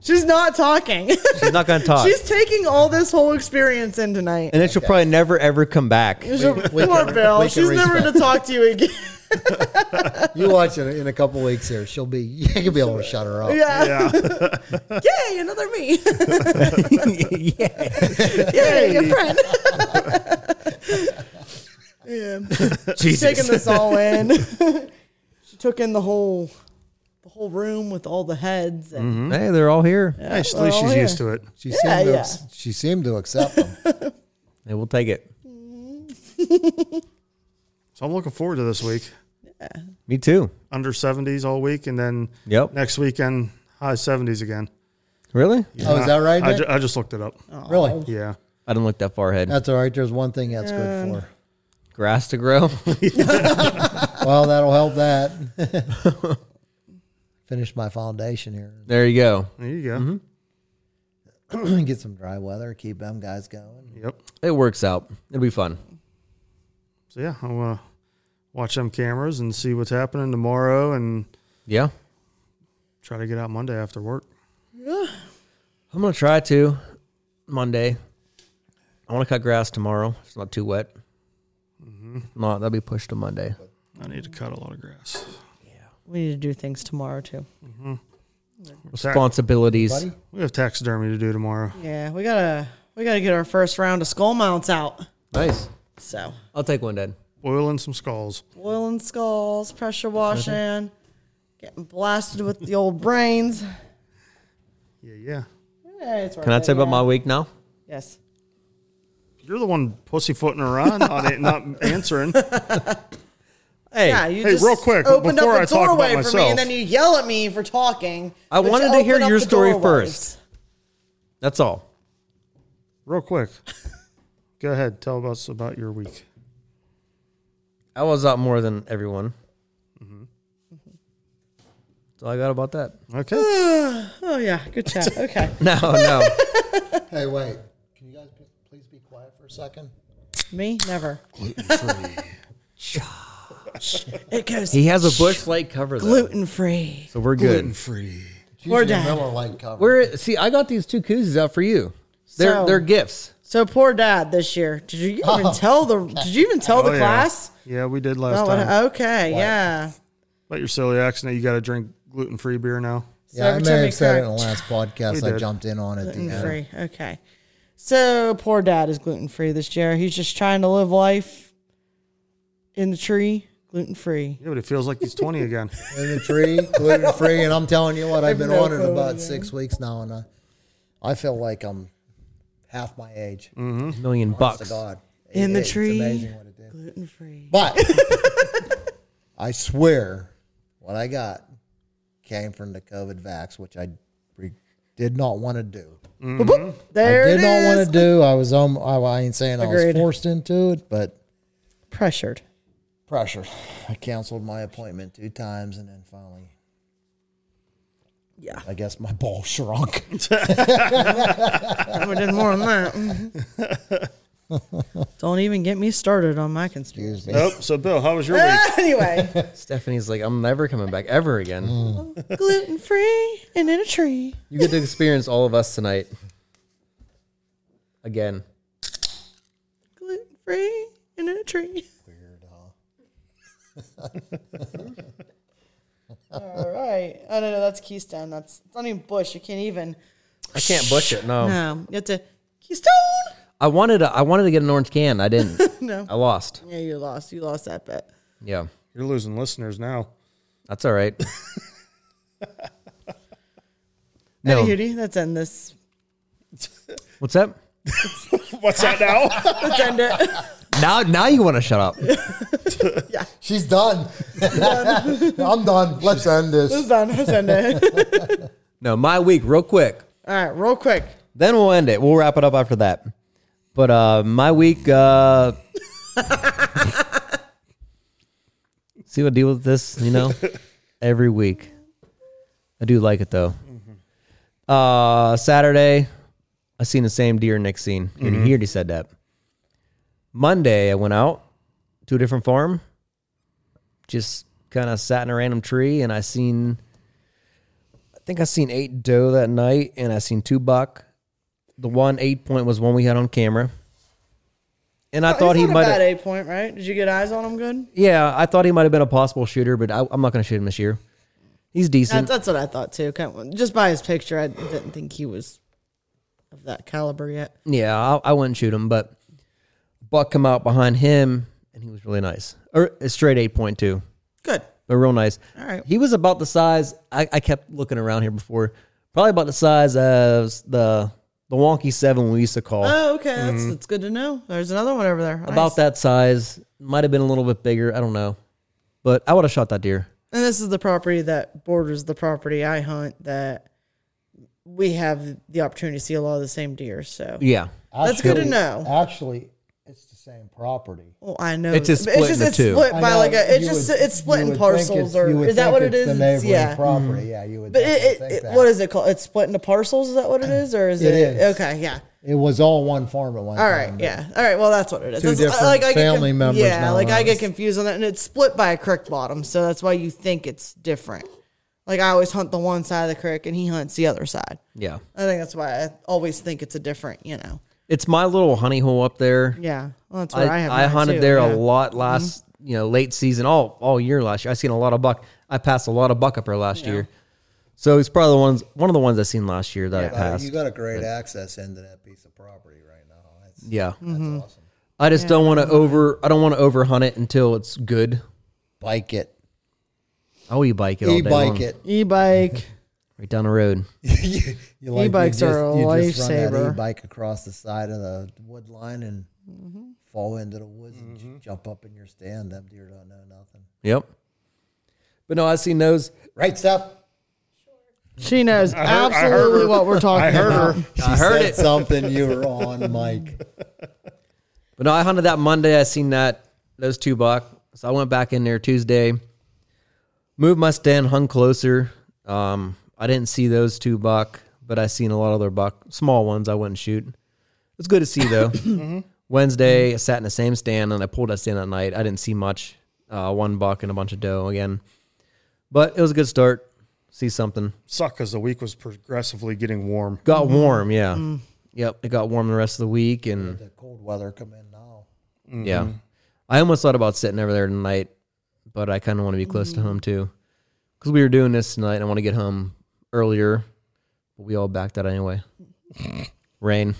[SPEAKER 1] She's not talking.
[SPEAKER 2] She's not gonna talk,
[SPEAKER 1] She's taking all this whole experience in tonight.
[SPEAKER 2] and then she'll probably never ever come back.
[SPEAKER 1] She's a-
[SPEAKER 4] we
[SPEAKER 1] Poor
[SPEAKER 4] can-
[SPEAKER 1] Bill.
[SPEAKER 4] we can
[SPEAKER 1] She's never
[SPEAKER 4] respect-
[SPEAKER 1] going to talk to you again.
[SPEAKER 4] You watch it in a couple weeks here. She'll be you'll be able to shut her up.
[SPEAKER 1] Yeah.
[SPEAKER 3] Yeah.
[SPEAKER 1] Yay, another me.
[SPEAKER 2] yeah.
[SPEAKER 1] Yay, a friend. yeah. She's taking this all in. she took in the whole the whole room with all the heads and
[SPEAKER 2] Hmm? Hey, they're all here.
[SPEAKER 1] Yeah,
[SPEAKER 3] Hey, at
[SPEAKER 1] well,
[SPEAKER 3] least she's
[SPEAKER 1] yeah.
[SPEAKER 3] used to it.
[SPEAKER 4] She
[SPEAKER 1] Yeah,
[SPEAKER 4] seemed to
[SPEAKER 1] yeah.
[SPEAKER 4] ac- she seemed to accept them.
[SPEAKER 2] And we'll take it.
[SPEAKER 3] So I'm looking forward to this week.
[SPEAKER 2] Me too.
[SPEAKER 3] Under 70s all week, and then
[SPEAKER 2] Yep.
[SPEAKER 3] next weekend high 70s again.
[SPEAKER 2] Really?
[SPEAKER 4] Oh, is that right?
[SPEAKER 3] I,
[SPEAKER 4] Nick? Oh.
[SPEAKER 3] ju- I just looked it up.
[SPEAKER 4] really?
[SPEAKER 3] Yeah.
[SPEAKER 2] I didn't look that far ahead.
[SPEAKER 4] That's all right. There's one thing that's good for.
[SPEAKER 2] Grass to grow.
[SPEAKER 4] Well, that'll help that. Finish my foundation here.
[SPEAKER 2] there you go.
[SPEAKER 3] There you go.
[SPEAKER 4] Mm-hmm. Get some dry weather. Keep them guys going.
[SPEAKER 3] Yep.
[SPEAKER 2] It works out. It'll be fun.
[SPEAKER 3] So yeah, I want to watch them cameras and see what's happening tomorrow, and
[SPEAKER 2] Yeah.
[SPEAKER 3] try to get out Monday after work.
[SPEAKER 2] I'm gonna try to Monday. I want to cut grass tomorrow. If it's not too wet. If not, that'll be pushed to Monday.
[SPEAKER 3] I need to cut a lot of grass.
[SPEAKER 1] We need to do things tomorrow too.
[SPEAKER 3] Tax-
[SPEAKER 2] Responsibilities.
[SPEAKER 4] Buddy?
[SPEAKER 3] we have taxidermy to do tomorrow.
[SPEAKER 1] Yeah, we gotta we gotta get our first round of skull mounts out.
[SPEAKER 2] Nice.
[SPEAKER 1] So
[SPEAKER 2] I'll take one, Dad.
[SPEAKER 3] Boiling some skulls.
[SPEAKER 1] boiling skulls, pressure washing, getting blasted with the old brains.
[SPEAKER 3] Yeah, yeah.
[SPEAKER 1] Yeah, it's worth
[SPEAKER 2] Can I
[SPEAKER 1] it,
[SPEAKER 2] tell you about
[SPEAKER 1] yeah.
[SPEAKER 2] my week now?
[SPEAKER 1] Yes.
[SPEAKER 3] You're the one pussyfooting around on it, not answering.
[SPEAKER 2] Hey,
[SPEAKER 1] Yeah, you
[SPEAKER 3] hey,
[SPEAKER 1] just
[SPEAKER 3] real quick,
[SPEAKER 1] opened
[SPEAKER 3] before
[SPEAKER 1] up a
[SPEAKER 3] I talk about
[SPEAKER 1] doorway for me,
[SPEAKER 3] myself.
[SPEAKER 1] and then you yell at me for talking.
[SPEAKER 2] I
[SPEAKER 1] but you
[SPEAKER 2] wanted to hear
[SPEAKER 1] open up
[SPEAKER 2] your
[SPEAKER 1] the
[SPEAKER 2] story
[SPEAKER 1] doorways.
[SPEAKER 2] first. that's all.
[SPEAKER 3] Real quick. Go ahead. Tell us about your week.
[SPEAKER 2] I was out more than everyone. That's all I got about that.
[SPEAKER 3] Okay.
[SPEAKER 1] Oh yeah, good chat. Okay.
[SPEAKER 2] No, no.
[SPEAKER 4] Hey, wait. Can you guys be, please be quiet for a second?
[SPEAKER 1] me never. it goes
[SPEAKER 2] he has a bush light cover though,
[SPEAKER 1] gluten free.
[SPEAKER 2] so we're good.
[SPEAKER 3] free.
[SPEAKER 4] It's
[SPEAKER 1] Poor
[SPEAKER 4] usually
[SPEAKER 1] dad.
[SPEAKER 4] Miller Lite cover.
[SPEAKER 2] We're see. I got these two koozies out for you. They're
[SPEAKER 1] So-
[SPEAKER 2] they're gifts.
[SPEAKER 1] So poor dad this year. Did you even tell the? Did you even tell the
[SPEAKER 3] Oh, yeah.
[SPEAKER 1] class?
[SPEAKER 3] Yeah, we did last
[SPEAKER 1] Oh,
[SPEAKER 3] time.
[SPEAKER 1] what- okay, yeah.
[SPEAKER 3] About your silly accident, you got to drink gluten free beer now.
[SPEAKER 4] yeah, I
[SPEAKER 1] every
[SPEAKER 4] may
[SPEAKER 1] time you
[SPEAKER 4] have said it in the
[SPEAKER 1] crack-
[SPEAKER 4] last podcast.
[SPEAKER 3] We
[SPEAKER 4] I
[SPEAKER 3] did.
[SPEAKER 4] jumped in on it. at the
[SPEAKER 1] gluten
[SPEAKER 4] end.
[SPEAKER 1] free. Okay. So poor dad is gluten free this year. He's just trying to live life in the tree, gluten free.
[SPEAKER 3] Yeah, but it feels like he's 20 again.
[SPEAKER 4] in the tree, gluten free. And I'm telling you what, I've been
[SPEAKER 1] no
[SPEAKER 4] on it
[SPEAKER 1] clue,
[SPEAKER 4] about six weeks now, and I, I feel like I'm half my age.
[SPEAKER 2] Million bucks.
[SPEAKER 4] To God,
[SPEAKER 1] In the
[SPEAKER 4] It's
[SPEAKER 1] tree.
[SPEAKER 4] amazing what it did.
[SPEAKER 1] Gluten free.
[SPEAKER 4] But I swear, what I got came from the COVID vax, which I re- did not want to do.
[SPEAKER 1] There
[SPEAKER 4] I
[SPEAKER 1] it
[SPEAKER 4] did not want
[SPEAKER 1] is.
[SPEAKER 4] to do. I was um, I, I ain't saying I
[SPEAKER 1] Agreed.
[SPEAKER 4] was forced into it, but
[SPEAKER 1] Pressured.
[SPEAKER 4] pressure. I canceled my appointment two times, and then finally,
[SPEAKER 1] Yeah.
[SPEAKER 4] I guess my ball shrunk.
[SPEAKER 1] I would have done more on that. Don't even get me started on my conspiracy. Ah,
[SPEAKER 4] Excuse me.
[SPEAKER 3] Nope. Oh, So, Bill, how was your week?
[SPEAKER 1] anyway,
[SPEAKER 2] Stephanie's like, I'm never coming back ever again.
[SPEAKER 1] gluten free and in a tree.
[SPEAKER 2] You get to experience all of us tonight. Again.
[SPEAKER 1] Gluten free and in a tree. All right. Oh no, no, that's Keystone. That's it's not even bush. You can't even.
[SPEAKER 2] I can't bush it.
[SPEAKER 4] Oh.
[SPEAKER 2] No.
[SPEAKER 1] No, you have to Keystone.
[SPEAKER 2] I wanted a, I wanted to get an orange can. I didn't.
[SPEAKER 1] No.
[SPEAKER 2] I lost.
[SPEAKER 1] Yeah, you lost. You lost that bet.
[SPEAKER 2] Yeah.
[SPEAKER 3] You're losing listeners now.
[SPEAKER 2] That's all right.
[SPEAKER 1] No.
[SPEAKER 2] no.
[SPEAKER 1] let's end this.
[SPEAKER 2] What's up?
[SPEAKER 3] What's that now?
[SPEAKER 1] Let's end it.
[SPEAKER 2] Now now you want to shut up.
[SPEAKER 4] She's done. I'm done. Let's end
[SPEAKER 1] It's
[SPEAKER 4] this.
[SPEAKER 1] done. Let's end it.
[SPEAKER 2] No, my week real quick.
[SPEAKER 1] All right, real quick.
[SPEAKER 2] Then we'll end it. We'll wrap it up after that. But uh my week uh See what I deal with this, you know? Every week. I do like it though.
[SPEAKER 1] Mm-hmm.
[SPEAKER 2] Uh Saturday, I seen the same deer Nick seen. And
[SPEAKER 1] Mm-hmm.
[SPEAKER 2] he already said that. Monday I went out to a different farm. Just kind of sat in a random tree and I seen I think I seen eight doe that night and I seen two buck. The one eight point was one we had on camera. And I thought he
[SPEAKER 1] Oh, He's not
[SPEAKER 2] might
[SPEAKER 1] a bad
[SPEAKER 2] have
[SPEAKER 1] eight point, right? Did you get eyes on him? Good.
[SPEAKER 2] yeah, I thought he might have been a possible shooter, but I, I'm not going to shoot him this year. He's
[SPEAKER 1] That,
[SPEAKER 2] decent.
[SPEAKER 1] that's what I thought too. Kind of- Just by his picture, I didn't think he was of that caliber yet.
[SPEAKER 2] yeah, I, I wouldn't shoot him, but Buck come out behind him, and he was really nice. Or a straight eight point two,
[SPEAKER 1] Good.
[SPEAKER 2] but real nice.
[SPEAKER 1] All right.
[SPEAKER 2] He was about the size. I, I kept looking around here before, probably about the size as the the wonky seven we used to call.
[SPEAKER 1] Oh, okay. That's, that's good to know. There's another one over there.
[SPEAKER 2] Mm-hmm. about that size, might have been a little bit bigger. I don't know, but I would have shot that deer.
[SPEAKER 1] And this is the property that borders the property I hunt that we have the opportunity to see a lot of the same deer. So,
[SPEAKER 2] Yeah,
[SPEAKER 1] That's good to
[SPEAKER 4] Actually-
[SPEAKER 1] know.
[SPEAKER 4] Actually, it's the same property.
[SPEAKER 1] well, Oh, I know
[SPEAKER 2] It's just
[SPEAKER 1] but it's
[SPEAKER 2] split into
[SPEAKER 1] it's
[SPEAKER 2] two.
[SPEAKER 1] split
[SPEAKER 4] I
[SPEAKER 1] by
[SPEAKER 4] know,
[SPEAKER 1] like a. It's
[SPEAKER 4] you
[SPEAKER 1] just
[SPEAKER 4] would-
[SPEAKER 1] it's split
[SPEAKER 4] you
[SPEAKER 1] in
[SPEAKER 4] would think
[SPEAKER 1] parcels,
[SPEAKER 4] it's- you
[SPEAKER 1] or
[SPEAKER 4] would
[SPEAKER 1] is that
[SPEAKER 4] think
[SPEAKER 1] what it
[SPEAKER 4] it's
[SPEAKER 1] is?
[SPEAKER 4] The
[SPEAKER 1] It's-
[SPEAKER 4] neighboring
[SPEAKER 1] yeah.
[SPEAKER 4] property. Yeah, you would.
[SPEAKER 1] But it,
[SPEAKER 4] think
[SPEAKER 1] it, it
[SPEAKER 4] that.
[SPEAKER 1] what is it called? It's split into parcels. Is that what it is, or is it?
[SPEAKER 4] It is.
[SPEAKER 1] Okay, yeah.
[SPEAKER 4] It was all one farm at one
[SPEAKER 1] All
[SPEAKER 4] time.
[SPEAKER 1] right, yeah. All right, well, that's what it is.
[SPEAKER 4] Two
[SPEAKER 1] That's- uh, I-
[SPEAKER 4] different
[SPEAKER 1] get
[SPEAKER 4] family members
[SPEAKER 1] Yeah,
[SPEAKER 4] now
[SPEAKER 1] like I
[SPEAKER 4] own
[SPEAKER 1] get
[SPEAKER 4] it.
[SPEAKER 1] confused on that, and it's split by a creek bottom, so that's why you think it's different. Like I always hunt the one side of the creek, and he hunts the other side.
[SPEAKER 2] yeah.
[SPEAKER 1] I think that's why I always think it's a different, you know.
[SPEAKER 2] It's my little honey hole up there.
[SPEAKER 1] Yeah, well, that's where I,
[SPEAKER 2] I,
[SPEAKER 1] have.
[SPEAKER 2] I
[SPEAKER 1] mine,
[SPEAKER 2] hunted
[SPEAKER 1] too,
[SPEAKER 2] there
[SPEAKER 1] yeah. Mm-hmm.
[SPEAKER 2] a lot last, you know, late season, all all year last year. I seen a lot of buck. I passed a lot of buck up there last year. So it's probably the ones one of the ones I seen last year that I
[SPEAKER 4] Uh,
[SPEAKER 2] passed.
[SPEAKER 4] you got a great access into that piece of property right now. That's,
[SPEAKER 2] yeah.
[SPEAKER 4] that's
[SPEAKER 1] Mm-hmm.
[SPEAKER 4] awesome.
[SPEAKER 2] I just don't want to over I don't want to over hunt it until it's good.
[SPEAKER 4] Bike it.
[SPEAKER 2] Oh, you bike it all day.
[SPEAKER 4] E-bike
[SPEAKER 2] long.
[SPEAKER 4] it.
[SPEAKER 1] E-bike.
[SPEAKER 2] right down the road.
[SPEAKER 4] you, you like,
[SPEAKER 1] E-bikes
[SPEAKER 4] you just,
[SPEAKER 1] are a
[SPEAKER 4] you just run
[SPEAKER 1] lifesaver.
[SPEAKER 4] that e-bike across the side of the wood line and
[SPEAKER 1] Mm-hmm.
[SPEAKER 4] fall into the woods and j- jump up in your stand. Them deer don't know nothing.
[SPEAKER 2] Yep. But no, I seen those.
[SPEAKER 4] Right, Steph?
[SPEAKER 1] she knows
[SPEAKER 3] I heard- I heard
[SPEAKER 1] absolutely
[SPEAKER 3] her.
[SPEAKER 1] what we're talking
[SPEAKER 3] I heard
[SPEAKER 1] about.
[SPEAKER 3] her.
[SPEAKER 4] She
[SPEAKER 2] I heard
[SPEAKER 4] said
[SPEAKER 2] it.
[SPEAKER 4] something you were on, Mike.
[SPEAKER 2] But no, I hunted that Monday. I seen that those two buck. So I went back in there Tuesday, moved my stand, hung closer. Um, I didn't see those two buck, but I seen a lot of their buck, small ones. I wouldn't shoot. It's good to see though. Mm-hmm. Wednesday, I sat in the same stand and I pulled that stand that night. I didn't see much. Uh, one buck and a bunch of doe again, but it was a good start. See something.
[SPEAKER 3] Suck because the week was progressively getting warm.
[SPEAKER 2] Got warm, yeah. Yep, it got warm the rest of the week and
[SPEAKER 4] The cold weather come in now.
[SPEAKER 2] Yeah. Mm-hmm. I almost thought about sitting over there tonight, but I kind of want to be close
[SPEAKER 1] Mm-hmm.
[SPEAKER 2] to home too. Because we were doing this tonight. and I want to get home earlier, but we all backed out anyway. Rain.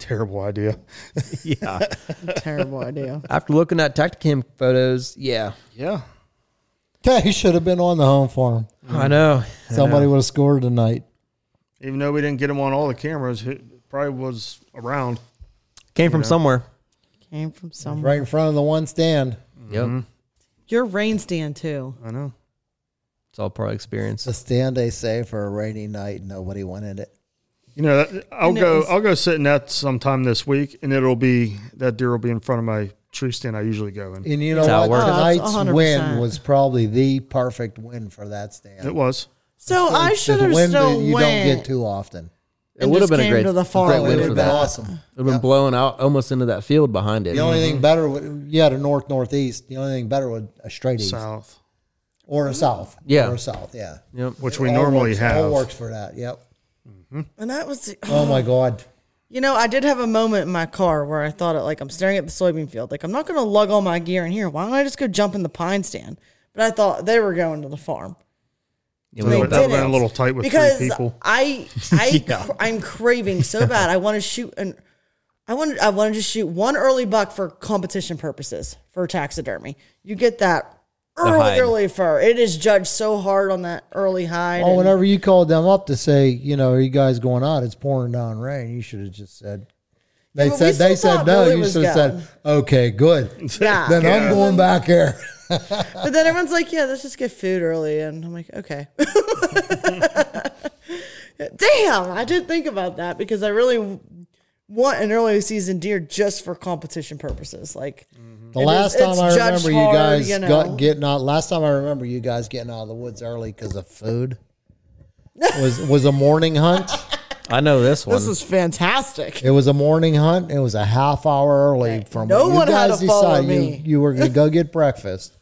[SPEAKER 3] Terrible idea.
[SPEAKER 2] Yeah.
[SPEAKER 1] Terrible idea.
[SPEAKER 2] After looking at Tacticam photos, yeah.
[SPEAKER 3] Yeah.
[SPEAKER 4] Yeah, he should have been on the home farm.
[SPEAKER 2] I know.
[SPEAKER 4] Somebody would have scored tonight.
[SPEAKER 3] Even though we didn't get him on all the cameras, it probably was around.
[SPEAKER 2] Came from somewhere.
[SPEAKER 1] Came from somewhere.
[SPEAKER 4] right in front of the one stand.
[SPEAKER 2] Yep.
[SPEAKER 1] Your rain stand too.
[SPEAKER 3] Mm-hmm. I know.
[SPEAKER 2] It's all part of experience.
[SPEAKER 4] The stand they say for a rainy night, nobody wanted it.
[SPEAKER 3] You know, that- I'll
[SPEAKER 1] And it
[SPEAKER 3] go.
[SPEAKER 1] was-
[SPEAKER 3] I'll go sit in that sometime this week, and it'll be that deer will be in front of my tree stand. I usually go in.
[SPEAKER 4] And you know
[SPEAKER 2] That's how
[SPEAKER 4] what?
[SPEAKER 2] it works.
[SPEAKER 1] Oh, that's
[SPEAKER 4] Tonight's
[SPEAKER 1] 100%.
[SPEAKER 4] win was probably the perfect win for that stand.
[SPEAKER 3] It was.
[SPEAKER 1] So I
[SPEAKER 4] It's
[SPEAKER 1] should
[SPEAKER 4] a
[SPEAKER 1] have
[SPEAKER 4] win
[SPEAKER 1] still
[SPEAKER 4] that you
[SPEAKER 1] went.
[SPEAKER 4] don't get too often.
[SPEAKER 2] It would have
[SPEAKER 1] just
[SPEAKER 2] been a
[SPEAKER 1] came
[SPEAKER 2] great,
[SPEAKER 1] to the far
[SPEAKER 2] great
[SPEAKER 1] away.
[SPEAKER 2] win
[SPEAKER 1] It
[SPEAKER 2] for
[SPEAKER 1] would've
[SPEAKER 4] been
[SPEAKER 2] that.
[SPEAKER 4] awesome.
[SPEAKER 2] It would have been blown out almost into that field behind it.
[SPEAKER 4] The only thing better, would, you had a north northeast. The only thing better would a straight east
[SPEAKER 3] South,
[SPEAKER 4] or a south.
[SPEAKER 2] Yeah.
[SPEAKER 4] or a south. Yeah,
[SPEAKER 2] Yep.
[SPEAKER 3] which
[SPEAKER 4] It
[SPEAKER 3] we
[SPEAKER 4] all
[SPEAKER 3] normally
[SPEAKER 4] works,
[SPEAKER 3] have.
[SPEAKER 4] All works for that. Yep.
[SPEAKER 1] and that was the,
[SPEAKER 3] Uh,
[SPEAKER 4] Oh my God.
[SPEAKER 1] You know, I did have a moment in my car where I thought, like, I'm staring at the soybean field. Like, I'm not going to lug all my gear in here. Why don't I just go jump in the pine stand? But I thought they were going to the farm.
[SPEAKER 2] Yeah,
[SPEAKER 3] So
[SPEAKER 2] we
[SPEAKER 1] They
[SPEAKER 2] don't-
[SPEAKER 3] that would've been a
[SPEAKER 1] didn't.
[SPEAKER 3] little tight with three
[SPEAKER 1] because
[SPEAKER 3] people.
[SPEAKER 1] I, I,
[SPEAKER 2] Yeah.
[SPEAKER 1] I'm craving so bad. I want to shoot an, I wanted, I wanted to shoot one early buck for competition purposes for taxidermy. You get that early,
[SPEAKER 2] hide.
[SPEAKER 1] early fur. It is judged so hard on that early hide.
[SPEAKER 4] Well,
[SPEAKER 1] and-
[SPEAKER 4] Oh, whenever you called them up to say, you know, are you guys going out? It's pouring down rain. You should have just said. They
[SPEAKER 1] but we
[SPEAKER 4] said they
[SPEAKER 1] still
[SPEAKER 4] said
[SPEAKER 1] thought
[SPEAKER 4] no.
[SPEAKER 1] Billy
[SPEAKER 4] you
[SPEAKER 1] was
[SPEAKER 4] should have said,
[SPEAKER 1] going.
[SPEAKER 4] okay, good.
[SPEAKER 1] yeah.
[SPEAKER 4] Then I'm going back here.
[SPEAKER 1] But then everyone's like, yeah, let's just get food early. And I'm like, okay. Damn, I did think about that because I really want an early season deer just for competition purposes. Like,
[SPEAKER 4] The
[SPEAKER 1] It is-
[SPEAKER 4] last
[SPEAKER 1] it's
[SPEAKER 4] time I
[SPEAKER 1] judged
[SPEAKER 4] remember you
[SPEAKER 1] hard,
[SPEAKER 4] guys
[SPEAKER 1] you know.
[SPEAKER 4] got getting out. Last time I remember you guys getting out of the woods early because of food. was was a morning hunt.
[SPEAKER 2] I know this one.
[SPEAKER 1] this is fantastic.
[SPEAKER 4] It was a morning hunt. It was a half hour early from
[SPEAKER 1] No
[SPEAKER 4] when you
[SPEAKER 1] one had
[SPEAKER 4] guys
[SPEAKER 1] to follow
[SPEAKER 4] decided you,
[SPEAKER 1] me.
[SPEAKER 4] you were going to go get breakfast.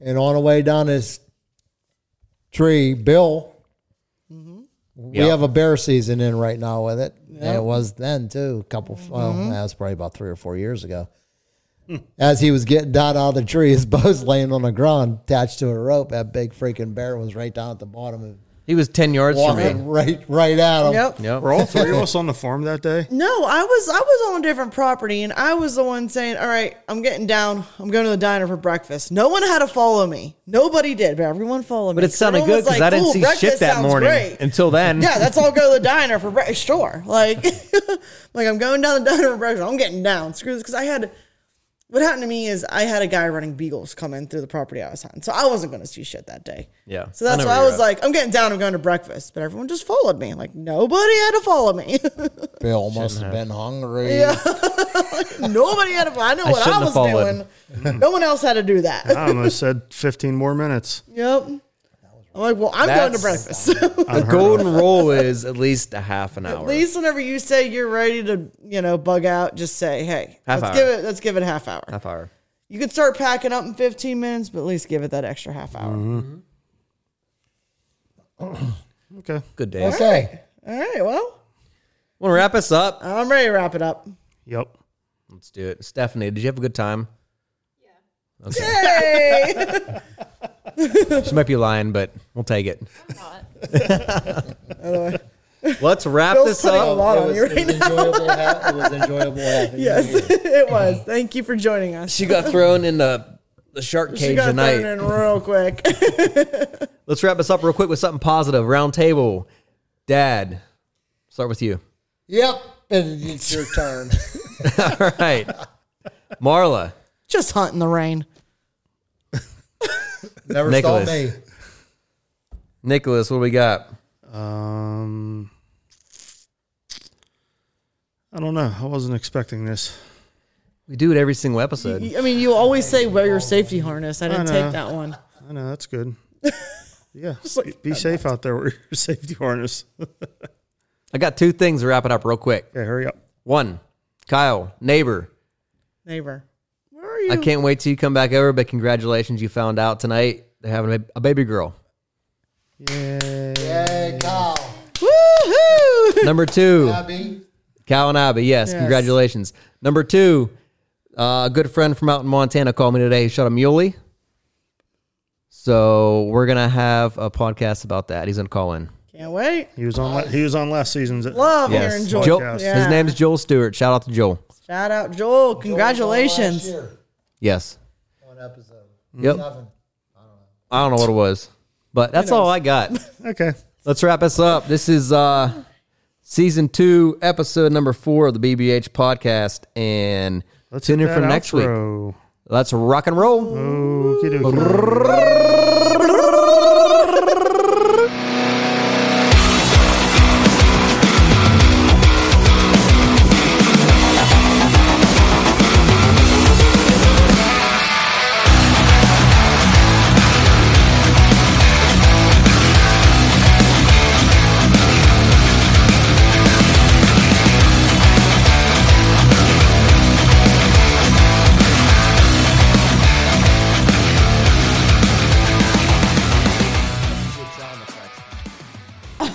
[SPEAKER 4] And on the way down this tree, Bill, Mm-hmm. we
[SPEAKER 2] Yeah.
[SPEAKER 4] have a bear season in right now with it. And it was then too, a couple, well,
[SPEAKER 1] Mm-hmm.
[SPEAKER 4] that was probably about three or four years ago. As he was getting down out of the tree, his bow's laying on the ground attached to a rope. That big freaking bear was right down at the bottom and
[SPEAKER 2] he was 10 yards from me.
[SPEAKER 4] walking right, right at him.
[SPEAKER 1] Yep.
[SPEAKER 2] Yep.
[SPEAKER 3] Were all three of us on the farm that day?
[SPEAKER 1] No, I was I was on a different property and I was the one saying, "All right, I'm getting down. I'm going to the diner for breakfast." No one had to follow me. Nobody did, but everyone followed me.
[SPEAKER 2] But it sounded
[SPEAKER 1] Everyone
[SPEAKER 2] good
[SPEAKER 1] was
[SPEAKER 2] because
[SPEAKER 1] like,
[SPEAKER 2] I didn't
[SPEAKER 1] "Ooh,
[SPEAKER 2] see
[SPEAKER 1] breakfast
[SPEAKER 2] shit that
[SPEAKER 1] sounds
[SPEAKER 2] morning
[SPEAKER 1] great."
[SPEAKER 2] until then.
[SPEAKER 1] yeah, that's all go to the diner for breakfast. Sure. Like, like I'm going down the diner for breakfast. I'm getting down. Screw this. Cause I had, what happened to me is I had a guy running beagles come in through the property I was hunting. So I wasn't going to see shit that day.
[SPEAKER 2] Yeah.
[SPEAKER 1] So that's
[SPEAKER 2] I know
[SPEAKER 1] why I
[SPEAKER 2] where
[SPEAKER 1] was
[SPEAKER 2] you're at.
[SPEAKER 1] like, I'm getting down. I'm going to breakfast. But everyone just followed me. Like nobody had to follow me.
[SPEAKER 4] Bill must have been hungry.
[SPEAKER 1] nobody had to. I know
[SPEAKER 2] I
[SPEAKER 1] what
[SPEAKER 2] shouldn't
[SPEAKER 1] I
[SPEAKER 2] have
[SPEAKER 1] was
[SPEAKER 2] followed.
[SPEAKER 1] doing. no one else had to do that.
[SPEAKER 3] I almost said fifteen more minutes.
[SPEAKER 1] yep. I'm like, well, I'm going to
[SPEAKER 2] That's-
[SPEAKER 1] breakfast.
[SPEAKER 2] The golden rule is at least a half an hour.
[SPEAKER 1] At least whenever you say you're ready to, you know, bug out, just say, "Hey,
[SPEAKER 2] Half
[SPEAKER 1] let's
[SPEAKER 2] hour.
[SPEAKER 1] give it. Let's give it a half hour."
[SPEAKER 2] half hour.
[SPEAKER 1] You can start packing up in 15 minutes, but at least give it that extra half hour.
[SPEAKER 3] Okay.
[SPEAKER 2] Good day.
[SPEAKER 4] Okay.
[SPEAKER 1] All right. Well,
[SPEAKER 2] Want to wrap us up?
[SPEAKER 1] I'm ready to wrap it up.
[SPEAKER 3] Yep.
[SPEAKER 2] Let's do it. Stephanie, did you have a good time?
[SPEAKER 1] Hey.
[SPEAKER 2] She might be lying, but we'll take it.
[SPEAKER 5] Not.
[SPEAKER 2] Let's wrap
[SPEAKER 1] Bill's
[SPEAKER 2] this
[SPEAKER 1] putting a
[SPEAKER 2] up.
[SPEAKER 1] lot
[SPEAKER 4] It
[SPEAKER 1] on
[SPEAKER 4] was,
[SPEAKER 1] you
[SPEAKER 4] it
[SPEAKER 1] right
[SPEAKER 4] was
[SPEAKER 1] now.
[SPEAKER 4] enjoyable. ha- it was enjoyable. having you
[SPEAKER 1] Yes,
[SPEAKER 4] here.
[SPEAKER 1] it was. Thank you for joining us.
[SPEAKER 2] She got thrown in the, the shark
[SPEAKER 1] She
[SPEAKER 2] cage
[SPEAKER 1] got
[SPEAKER 2] tonight.
[SPEAKER 1] thrown in real quick.
[SPEAKER 2] Let's wrap this up real quick with something positive. Round table. Dad, start with you.
[SPEAKER 4] Yep. And it's your turn.
[SPEAKER 2] All right. Marla.
[SPEAKER 1] Just hunting the rain.
[SPEAKER 4] Never
[SPEAKER 2] Nicholas.
[SPEAKER 4] saw me.
[SPEAKER 2] Nicholas, what do we got?
[SPEAKER 3] Um, I don't know. I wasn't expecting this.
[SPEAKER 2] We do it every single episode.
[SPEAKER 1] I mean, you always say wear your safety harness. I didn't
[SPEAKER 3] I know.
[SPEAKER 1] take that one.
[SPEAKER 3] I know that's good. Yeah, be safe out there with your safety harness. okay,
[SPEAKER 2] I got two things to wrap it up real quick.
[SPEAKER 3] hurry up.
[SPEAKER 2] One, Kyle, neighbor.
[SPEAKER 1] Neighbor, where are you?
[SPEAKER 2] I can't wait till you come back over, but congratulations, you found out tonight they're having a- a baby girl.
[SPEAKER 3] Yeah.
[SPEAKER 4] Hey, Kyle.
[SPEAKER 1] Woohoo!
[SPEAKER 2] Number two,
[SPEAKER 4] Abby.
[SPEAKER 2] Kyle and Abby. Yes,
[SPEAKER 1] Yes.
[SPEAKER 2] congratulations. Number two, uh, a good friend from out in Montana called me today. He shot a muley. So we're going to have a podcast about that. He's going to call in.
[SPEAKER 1] Can't wait.
[SPEAKER 3] He was on. la- He was on last season's.
[SPEAKER 1] Love
[SPEAKER 2] Yes.
[SPEAKER 1] your enjoyment.
[SPEAKER 2] Joel,
[SPEAKER 1] Yeah.
[SPEAKER 2] His name's Joel Stewart. Shout out to Joel.
[SPEAKER 1] Shout out Joel. Congratulations.
[SPEAKER 4] Last year,
[SPEAKER 2] Yes.
[SPEAKER 4] One episode.
[SPEAKER 2] Yep.
[SPEAKER 4] Seven.
[SPEAKER 2] I don't know what it was, but that's all I got.
[SPEAKER 3] Okay.
[SPEAKER 2] Let's wrap us up. This is uh season two, episode number four of the BBH podcast, and
[SPEAKER 3] Let's
[SPEAKER 2] Tune
[SPEAKER 3] hit
[SPEAKER 2] in for
[SPEAKER 3] that
[SPEAKER 2] next week.
[SPEAKER 3] outro.
[SPEAKER 2] Let's rock and roll.
[SPEAKER 3] Okey-dokey. Mm.